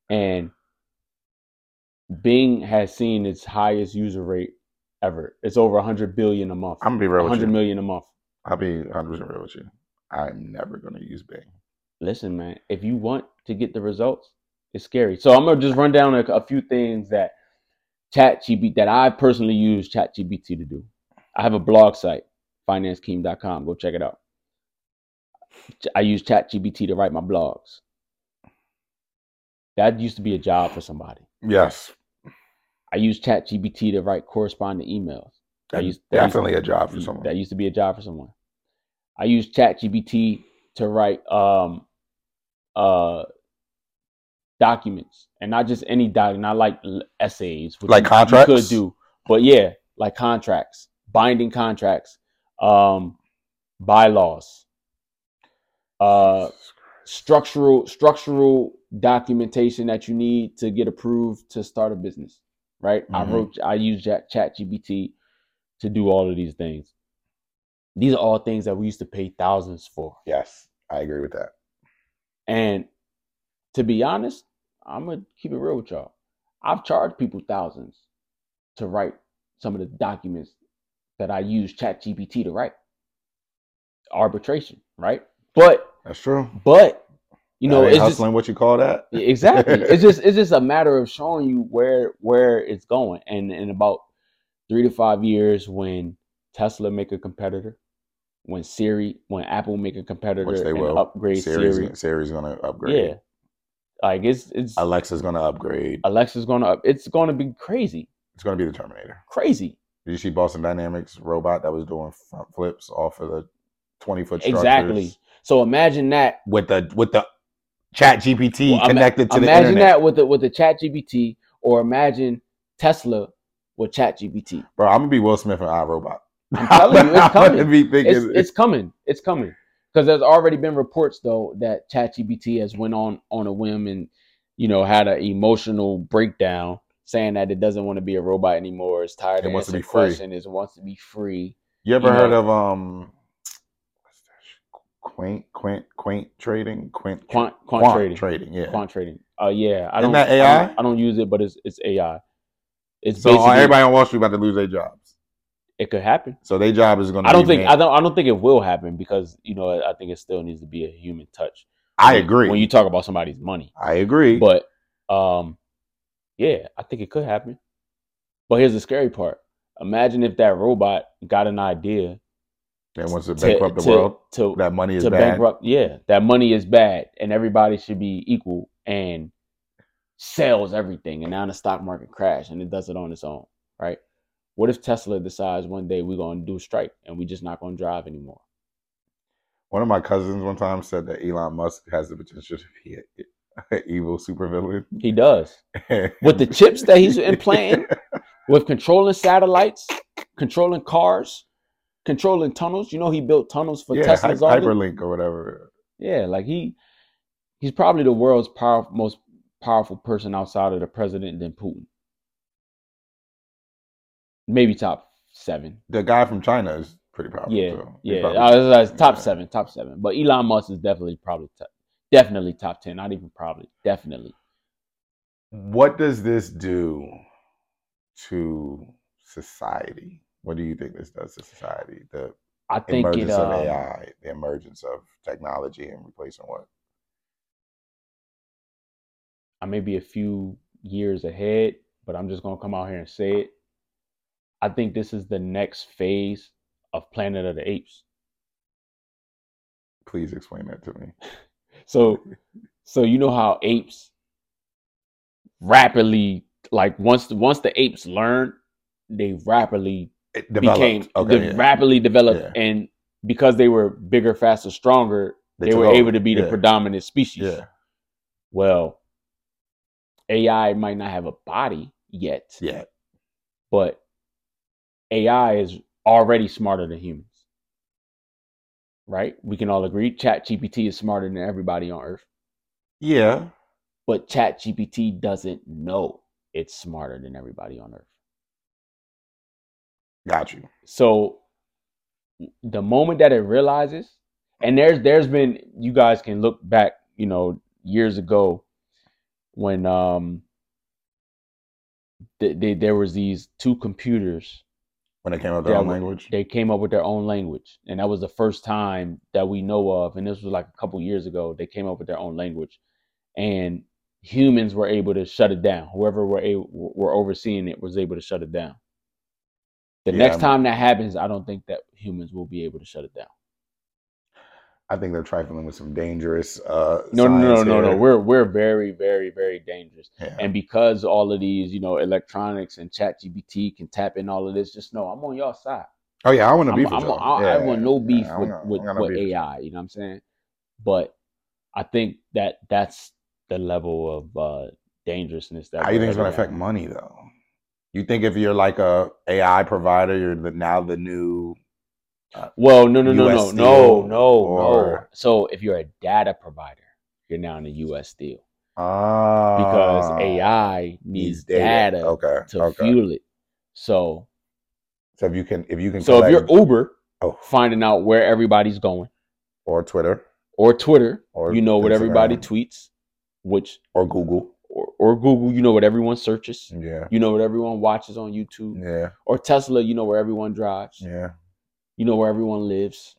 and Bing has seen its highest user rate ever. It's over 100 billion a month. I'm gonna be real with 100 you. million a month. I'll be 100 percent real with you. I'm never gonna use Bing. Listen, man, if you want to get the results, it's scary. So I'm gonna just run down a, a few things that ChatGPT that I personally use ChatGPT to do. I have a blog site, financekeem.com. Go check it out. I use ChatGPT to write my blogs. That used to be a job for somebody. Yes, I use ChatGPT to write correspondent emails. That used- that that- used- Mm, mm, definitely a job for someone. That used to be a job for someone. I use ChatGPT to write um uh documents and not just any doc, not like l- essays, which Like you- you contracts? could do, but yeah, like contracts, binding contracts, um, bylaws, uh, structural structural documentation that you need to get approved to start a business. Right? Mhm. I wrote, I used Chat GBT to do all of these things. These are all things that we used to pay thousands for. Yes, I agree with that. And to be honest, I'm gonna keep it real with y'all. I've charged people thousands to write some of the documents that I use ChatGPT to write. Arbitration, right? But That's true. but you know, That ain't it's just hustling what you call that? exactly. it's just it's just a matter of showing you where where it's going. And in about three to five years, when Tesla make a competitor, when Siri, when Apple make a competitor, Which they and will. upgrade Siri, Siri's, Siri's gonna upgrade. yeah, like it's it's Alexa's gonna upgrade. Alexa's gonna up. It's gonna be crazy, It's gonna be the Terminator. crazy. Did you see Boston Dynamics robot that was doing front flips off of the twenty foot structures? Exactly. So imagine that. With the with the Chat GPT Well, ima- connected to the imagine internet. that with the with the Chat GPT, or imagine Tesla with Chat GPT. Bro, I'm gonna be Will Smith and iRobot. I'm telling you, it's gonna coming. be thinking It's, it's coming. It's coming. Because there's already been reports though that ChatGPT has went on on a whim and you know had an emotional breakdown, saying that it doesn't want to be a robot anymore. It's tired. It of wants to answering be free. questions, It wants to be free. You ever you heard know- of um what's that sh- quaint quaint quant trading quaint tra- Quant quant, quant trading. yeah Quant trading. Uh, yeah. I don't. Isn't that I AI? don't, I don't use it, but it's it's AI. It's so uh, basically everybody on Wall Street about to lose their jobs it could happen. so their job is gonna I don't be think man- I don't I don't think it will happen because you know I think it still needs to be a human touch. I When- agree when you talk about somebody's money. I agree But um, yeah, I think it could happen. But here's the scary part: imagine if that robot got an idea and wants to to bankrupt the to, world to, that money is to bad bankrupt. Yeah, that money is bad, and everybody should be equal, and sells everything, and now the stock market crash, and it does it on its own, right? What if Tesla decides one day we're gonna do a strike and we're just not gonna drive anymore? one of my cousins one time said that Elon Musk has the potential to be an evil supervillain He does with the chips that he's implanting, with controlling satellites, controlling cars, controlling tunnels. You know, he built tunnels for yeah, hy- Tesla's all the- hyperlink or whatever Yeah, like he he's probably the world's power, most powerful person outside of the president than Putin. Maybe top seven. the guy from China is pretty powerful yeah, too. He yeah. probably- I was- I was top yeah. seven, top seven. But Elon Musk is definitely probably top, definitely top ten. Not even probably, definitely. what does this do to society? What do you think this does to society? The I think emergence it. Um, of AI, the emergence of technology, and replacing what? I may be a few years ahead, but I'm just gonna come out here and say it. I think this is the next phase of Planet of the Apes. Please explain that to me. So, so you know how apes rapidly, like once once the apes learn, they rapidly It developed. became okay, de- yeah. rapidly developed, Yeah. and because they were bigger, faster, stronger, they, took were over. able to be the Yeah, predominant species. Yeah, Well, AI might not have a body yet. yeah. but AI is already smarter than humans. Right? We can all agree ChatGPT is smarter than everybody on earth, Yeah. but ChatGPT doesn't know it's smarter than everybody on earth. Got you. So the moment that it realizes, and there's there's been you guys can look back, you know, years ago when um th- they, there was these two computers When it came out their Yeah, own when language. they came up with their own language and that was the first time that we know of and this was like a couple years ago they came up with their own language and humans were able to shut it down whoever were able, were overseeing it was able to shut it down the Yeah, next I'm- time that happens i don't think that humans will be able to shut it down I think they're trifling with some dangerous. Uh, no no no science no no here. we're we're very very very dangerous Yeah. and because all of these you know electronics and chat gpt can tap in all of this just know i'm on your side oh yeah, I want to I'm, beef. I'm, with y'all. I, I Yeah, want no yeah, beef I with, wanna- I with, wanna with beef. AI. You know what I'm saying? But I think that that's the level of uh, dangerousness that How do you we're think it's at gonna now. affect money though? You think if you're like a AI provider, you're the, now the new Well, no, no, no, US no, Steel no, no, no. or- So if you're a data provider, you're now in the U.S. deal ah because AI needs data, Okay, to okay. fuel it. So, So if you can, if you can, so if you're collect- Uber, oh, finding out where everybody's going, or Twitter, or Twitter, or you know what everybody Instagram, tweets, which or Google, or, or Google, you know what everyone searches, yeah, you know what everyone watches on YouTube, yeah, or Tesla, you know where everyone drives, yeah, you know where everyone lives.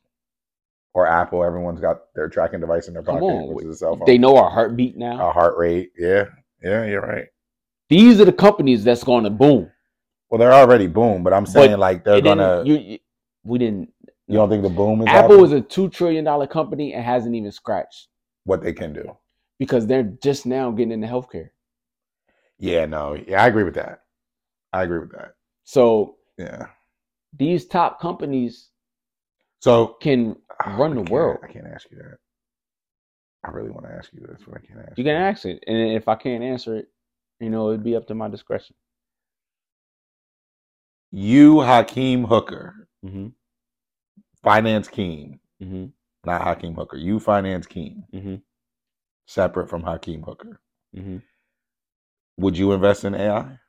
or Apple. Everyone's got their tracking device in their Come pocket, on, which is a cell phone. they know our heartbeat now. our heart rate. Yeah, yeah, you're right. These are the companies that's going to boom. Well, they're already boom, but I'm saying like they're It didn't- gonna. You, you- you- we didn't. don't think the boom is Apple is happening? a two trillion dollar company and hasn't even scratched what they can do? because they're just now getting into healthcare. Yeah, no, yeah, I agree with that. I agree with that. So Yeah. these top companies So ah, can Run the I can't- world. I can't ask you that. I really want to ask you this, but I can't ask. you can ask it, and if I can't answer it, you know it'd be up to my discretion. You, Hakeem Hooker, hmm finance king, hmm not Hakeem Hooker. You finance king, hmm separate from Hakeem Hooker. hmm Would you invest in AI?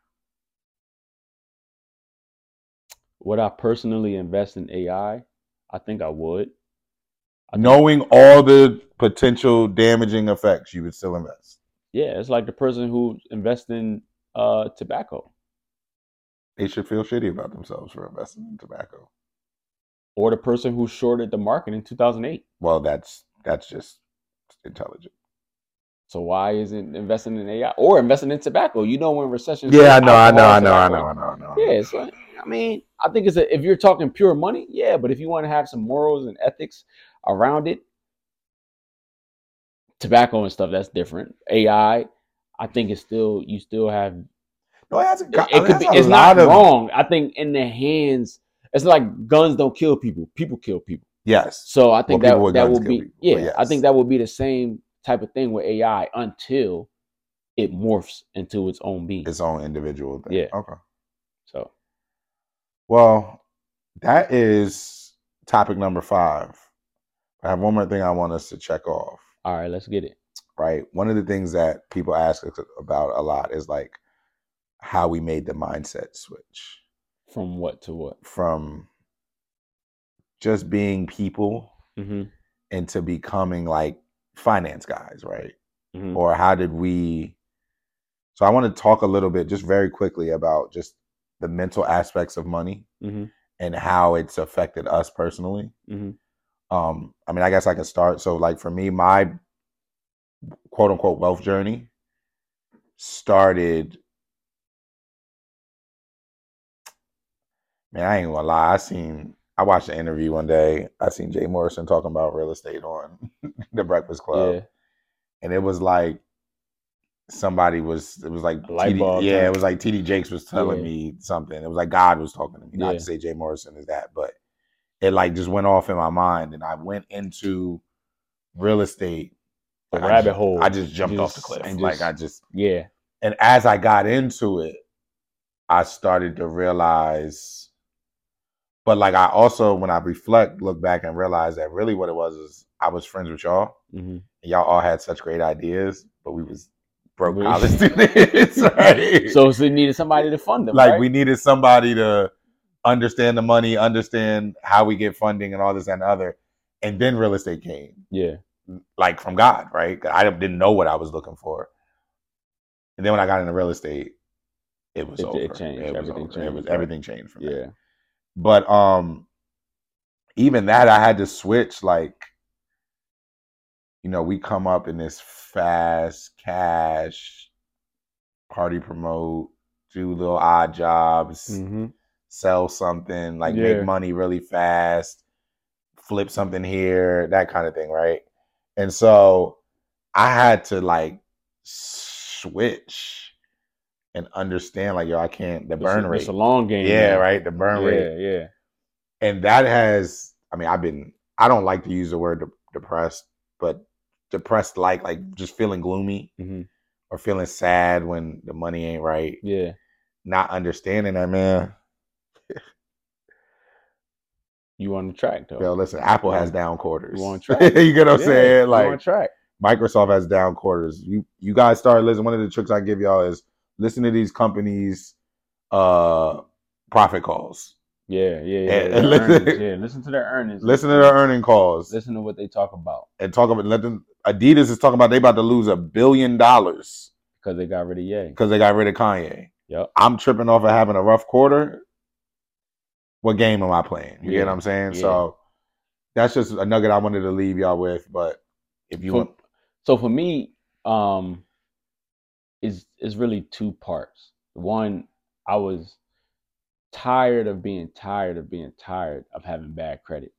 Would I personally invest in AI? I think I would. Knowing all the potential damaging effects, you would still invest. Yeah, it's like the person who invests in uh, tobacco They should feel shitty about themselves for investing in tobacco. or the person who shorted the market in 2008. well that's that's just intelligent So why isn't investing in AI or investing in tobacco? You know when recession. yeah I know, I know i know i know i know i know Yeah, it's like, I mean, I think it's a, if you're talking pure money, yeah. But if you want to have some morals and ethics around it, tobacco and stuff that's different. AI, I think it's still you still have no it hasn't it, got, it could that's be a it's lot not of- wrong. I think in the hands, it's like guns don't kill people; people kill people. yes So I think Well, people that with that guns will kill be people, but yeah. I yes. think that will be the same type of thing with AI until it morphs into its own being. its own individual thing Yeah. okay So well that is topic number five i have one more thing i want us to check off all right, let's get it. right one of the things that people ask us about a lot is like how we made the mindset switch From what to what? from just being people Mm-hmm. into becoming like finance guys, right? Mhm. Or how did we? So I want to talk a little bit, just very quickly, about just the mental aspects of money Mm-hmm. and how it's affected us personally. Mhm. Um, I mean, I guess I can start. So, like for me, my quote unquote wealth journey started. Man, I ain't gonna lie. I seen. I watched an interview one day. I seen Jay Morrison talking about real estate on the Breakfast Club Yeah. and it was like somebody was it was like A light TD bulb yeah kind it of- was like TD Jakes was telling Yeah. me something it was like God was talking to me not Yeah. to say Jay Morrison is that but it like just went off in my mind and I went into real estate The Like, I rabbit just- hole. I just jumped off the Just- cliff and like just- I just yeah. and as I got into it I started to realize but like I also when I reflect look back and realize that really what it was is I was friends with y'all Mm-hmm. and y'all all had such great ideas, but we was broke We- college students, right? So, so they needed somebody to fund them. like right? we needed somebody to understand the money, understand how we get funding, and all this and the other. And then real estate came, Yeah. like from God, right? 'Cause I didn't- didn't know what I was looking for. And then when I got into real estate, it was It- it over. changed. was Everything over. It changed, was right. everything changed from there Yeah. but um even that i had to switch like you know we come up in this fast cash party promote do little odd jobs Mm-hmm. sell something like Yeah. make money really fast flip something here that kind of thing right and so i had to like switch and understand like yo i can't the burn it's, a- rate It's a long game. yeah man. right the burn rate Yeah. Yeah. and that has i mean i've been i don't like to use the word de- depressed but depressed like, like just feeling gloomy Mhm. or feeling sad when the money ain't right. Yeah. Not understanding that, man. You on the track though. Yo, listen, Apple has down quarters. You on you track. get what I'm Yeah, saying? you Like on track. Microsoft has down quarters. You you guys start listening. One of the tricks I give y'all is listen to these companies' uh profit calls. Yeah, yeah, yeah. And- their and listen- earnings, yeah, listen to their earnings. Listen to their earning calls Listen to what they talk about and talk about. Let them. Adidas is talking about they about to lose a billion dollars because they got rid of Ye. because they got rid of Kanye. Yep. I'm tripping off of having a rough quarter. What game am I playing? You Yeah, get what I'm saying? yeah. So that's just a nugget I wanted to leave y'all with. But if you For- want, so for me um is is really two parts one i was tired of being tired of being tired of having bad credit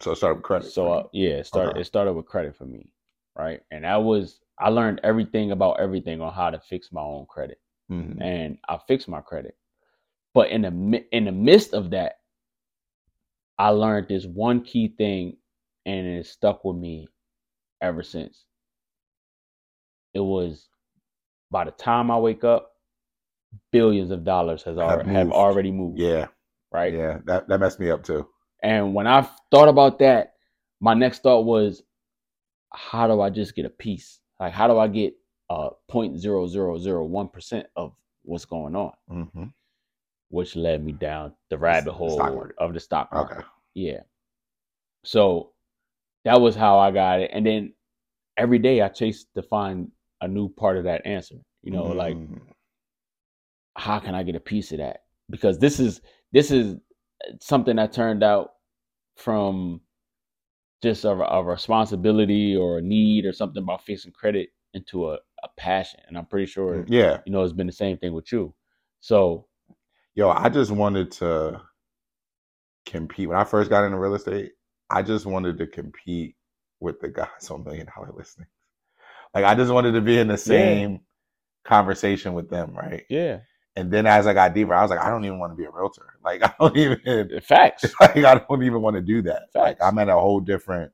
so start with credit. Uh-huh. so uh, yeah it started Okay. it started with credit for me right and that was i learned everything about everything on how to fix my own credit Mhm. and i fixed my credit but in the mi- in the midst of that i learned this one key thing and it stuck with me ever since it was by the time i wake up billions of dollars has already have moved. already moved yeah, right yeah, that that messed me up too. and when I thought about that, my next thought was, how do I just get a piece? Like, how do I get uh 0.0001% of what's going on? Mm-hmm. Which led me down the rabbit the hole stock market. of the stock market. Okay. Yeah. So that was how I got it. And then every day I chased to find a new part of that answer. You know, like Mhm. how can I get a piece of that? Because this is this is something that turned out from just a, a responsibility or a need or something about fixing credit into a, a passion. And I'm pretty sure yeah, you know it's been the same thing with you. So yo, I just wanted to compete when I first got into real estate. I just wanted to compete with the guys on Million Dollar Listings. Like, I just wanted to be in the same conversation with them, right? yeah, And then as I got deeper, I was like, I don't even want to be a realtor. Like, I don't even. facts. Like, I don't even want to do that. Like, Facts. I'm at a whole different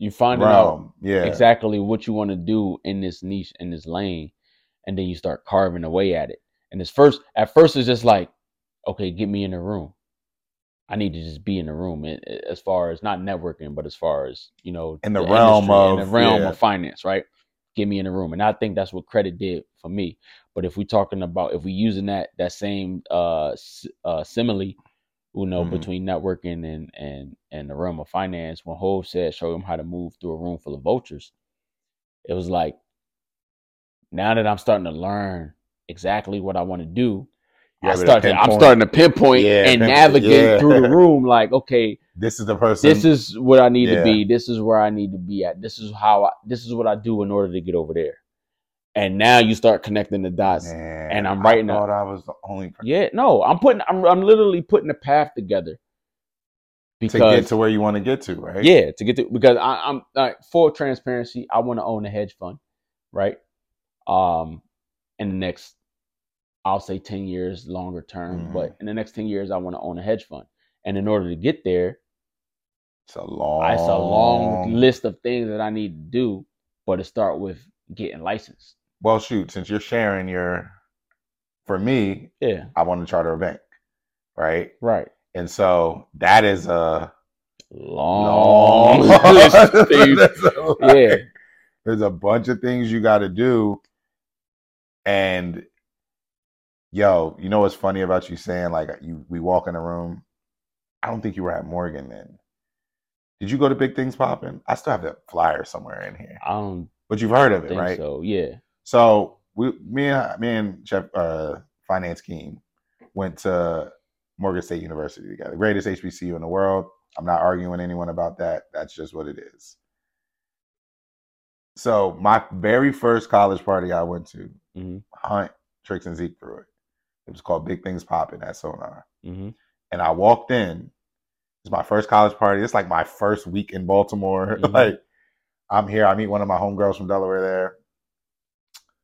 You finding out realm. Yeah. exactly what you want to do in this niche in this lane, and then you start carving away at it. And it's first at first it's just like, okay, get me in the room. I need to just be in the room a- a- as far as not networking, but as far as you know, In the realm industry, in of- the realm yeah. of finance, right? Get me in the room, and I think that's what credit did for me. But if we're talking about if we're using that that same uh, s- uh simile, you know, Mhm. between networking and and and the realm of finance, when Hove said, "Show them how to move through a room full of vultures," it was like now that I'm starting to learn exactly what I want to do. You're I able to start to, I'm pinpoint. starting to pinpoint Yeah, and pinpoint, navigate yeah. through the room like, okay, This is the person. this is what I need yeah. to be. This is where I need to be at. This is how I, this is what I do in order to get over there. And now you start connecting the dots. Man, I'm writing I a- thought I was the only person Yeah, no, I'm putting, I'm, I'm literally putting the path together to get because to where you want to get to, right? yeah, to get to because I, I'm like full transparency. I want to own a hedge fund, right? Um, in the next, I'll say ten years, longer term, Mhm. but in the next ten years, I want to own a hedge fund. And in order to get there, It's a long. it's a Oh. long list of things that I need to do, but to start with getting licensed. Well, shoot, since you're sharing your, for me, Yeah, I want to charter a bank, right? right. And so that is a Long, list of things. That's a lot. Yeah, there's a bunch of things you got to do, and yo, you know what's funny about you saying like you we walk in a room. I don't think you were at Morgan then. Did you go to Big Things Poppin'? I still have that flyer somewhere in here, I don't but you've heard of it, think right? so. Yeah, So we, me and me and Jeff, uh, finance King, went to Morgan State University together, greatest HBCU in the world. I'm not arguing with anyone about that. That's just what it is. So my very first college party I went to, Mhm. Hunt, Tricks, and Zeke threw it. It was called Big Things Poppin' at Sonar, mm-hmm. and I walked in. It's my first college party. It's like my first week in Baltimore. Mhm. Like I'm here. I meet one of my homegirls from Delaware there.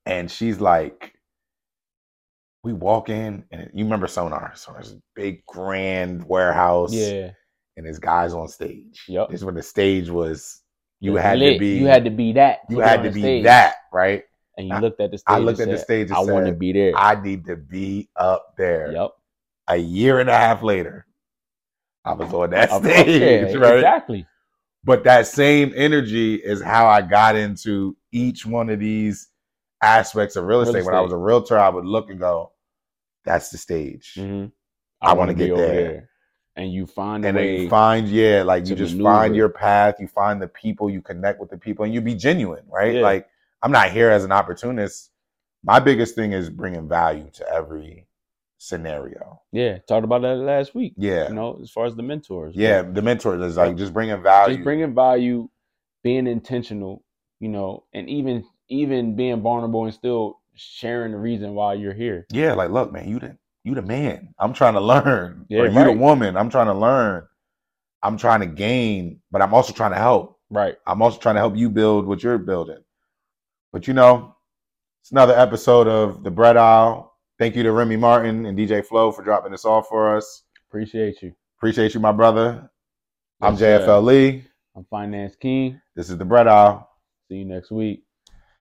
And she's like, we walk in and you remember Sonar. So there's a big grand warehouse yeah, and there's guys on stage. Yup. This is when the stage was You It's had to lit. be. you had to be that. You get had on to the be stage. that right. And you I- looked at the stage. I looked at and the said, stage. And I want to said, be there. I need to be up there. yep. A year and a half later, I was on that Up- up stage, there, right? Exactly. But that same energy is how I got into each one of these aspects of real Real estate. When I was estate. a realtor, I would look and go, "That's the stage." Mhm. Mm-hmm. I wanna wanna get be over there. And you find a and then way. you find yeah like you to just maneuver. find your path you find the people you connect with the people and you be genuine right Yeah. like i'm not here as an opportunist my biggest thing is bringing value to every scenario yeah, talked about that last week. yeah You know, as far as the mentors. but yeah the mentor is like just bringing value just bringing value, being intentional, you know, and even even being vulnerable and still sharing the reason why you're here. yeah like look man you the you the man i'm trying to learn Yeah, or you the right. woman i'm trying to learn i'm trying to gain but i'm also trying to help Right. I'm also trying to help you build what you're building. But you know, it's another episode of the Bread Aisle. Thank you to Remy Martin and DJ Flow for dropping this off for us. Appreciate you. Appreciate you, my brother. I'm Yes, sir. JFL Lee. I'm Finance King. This is the Bread Aisle. See you next week.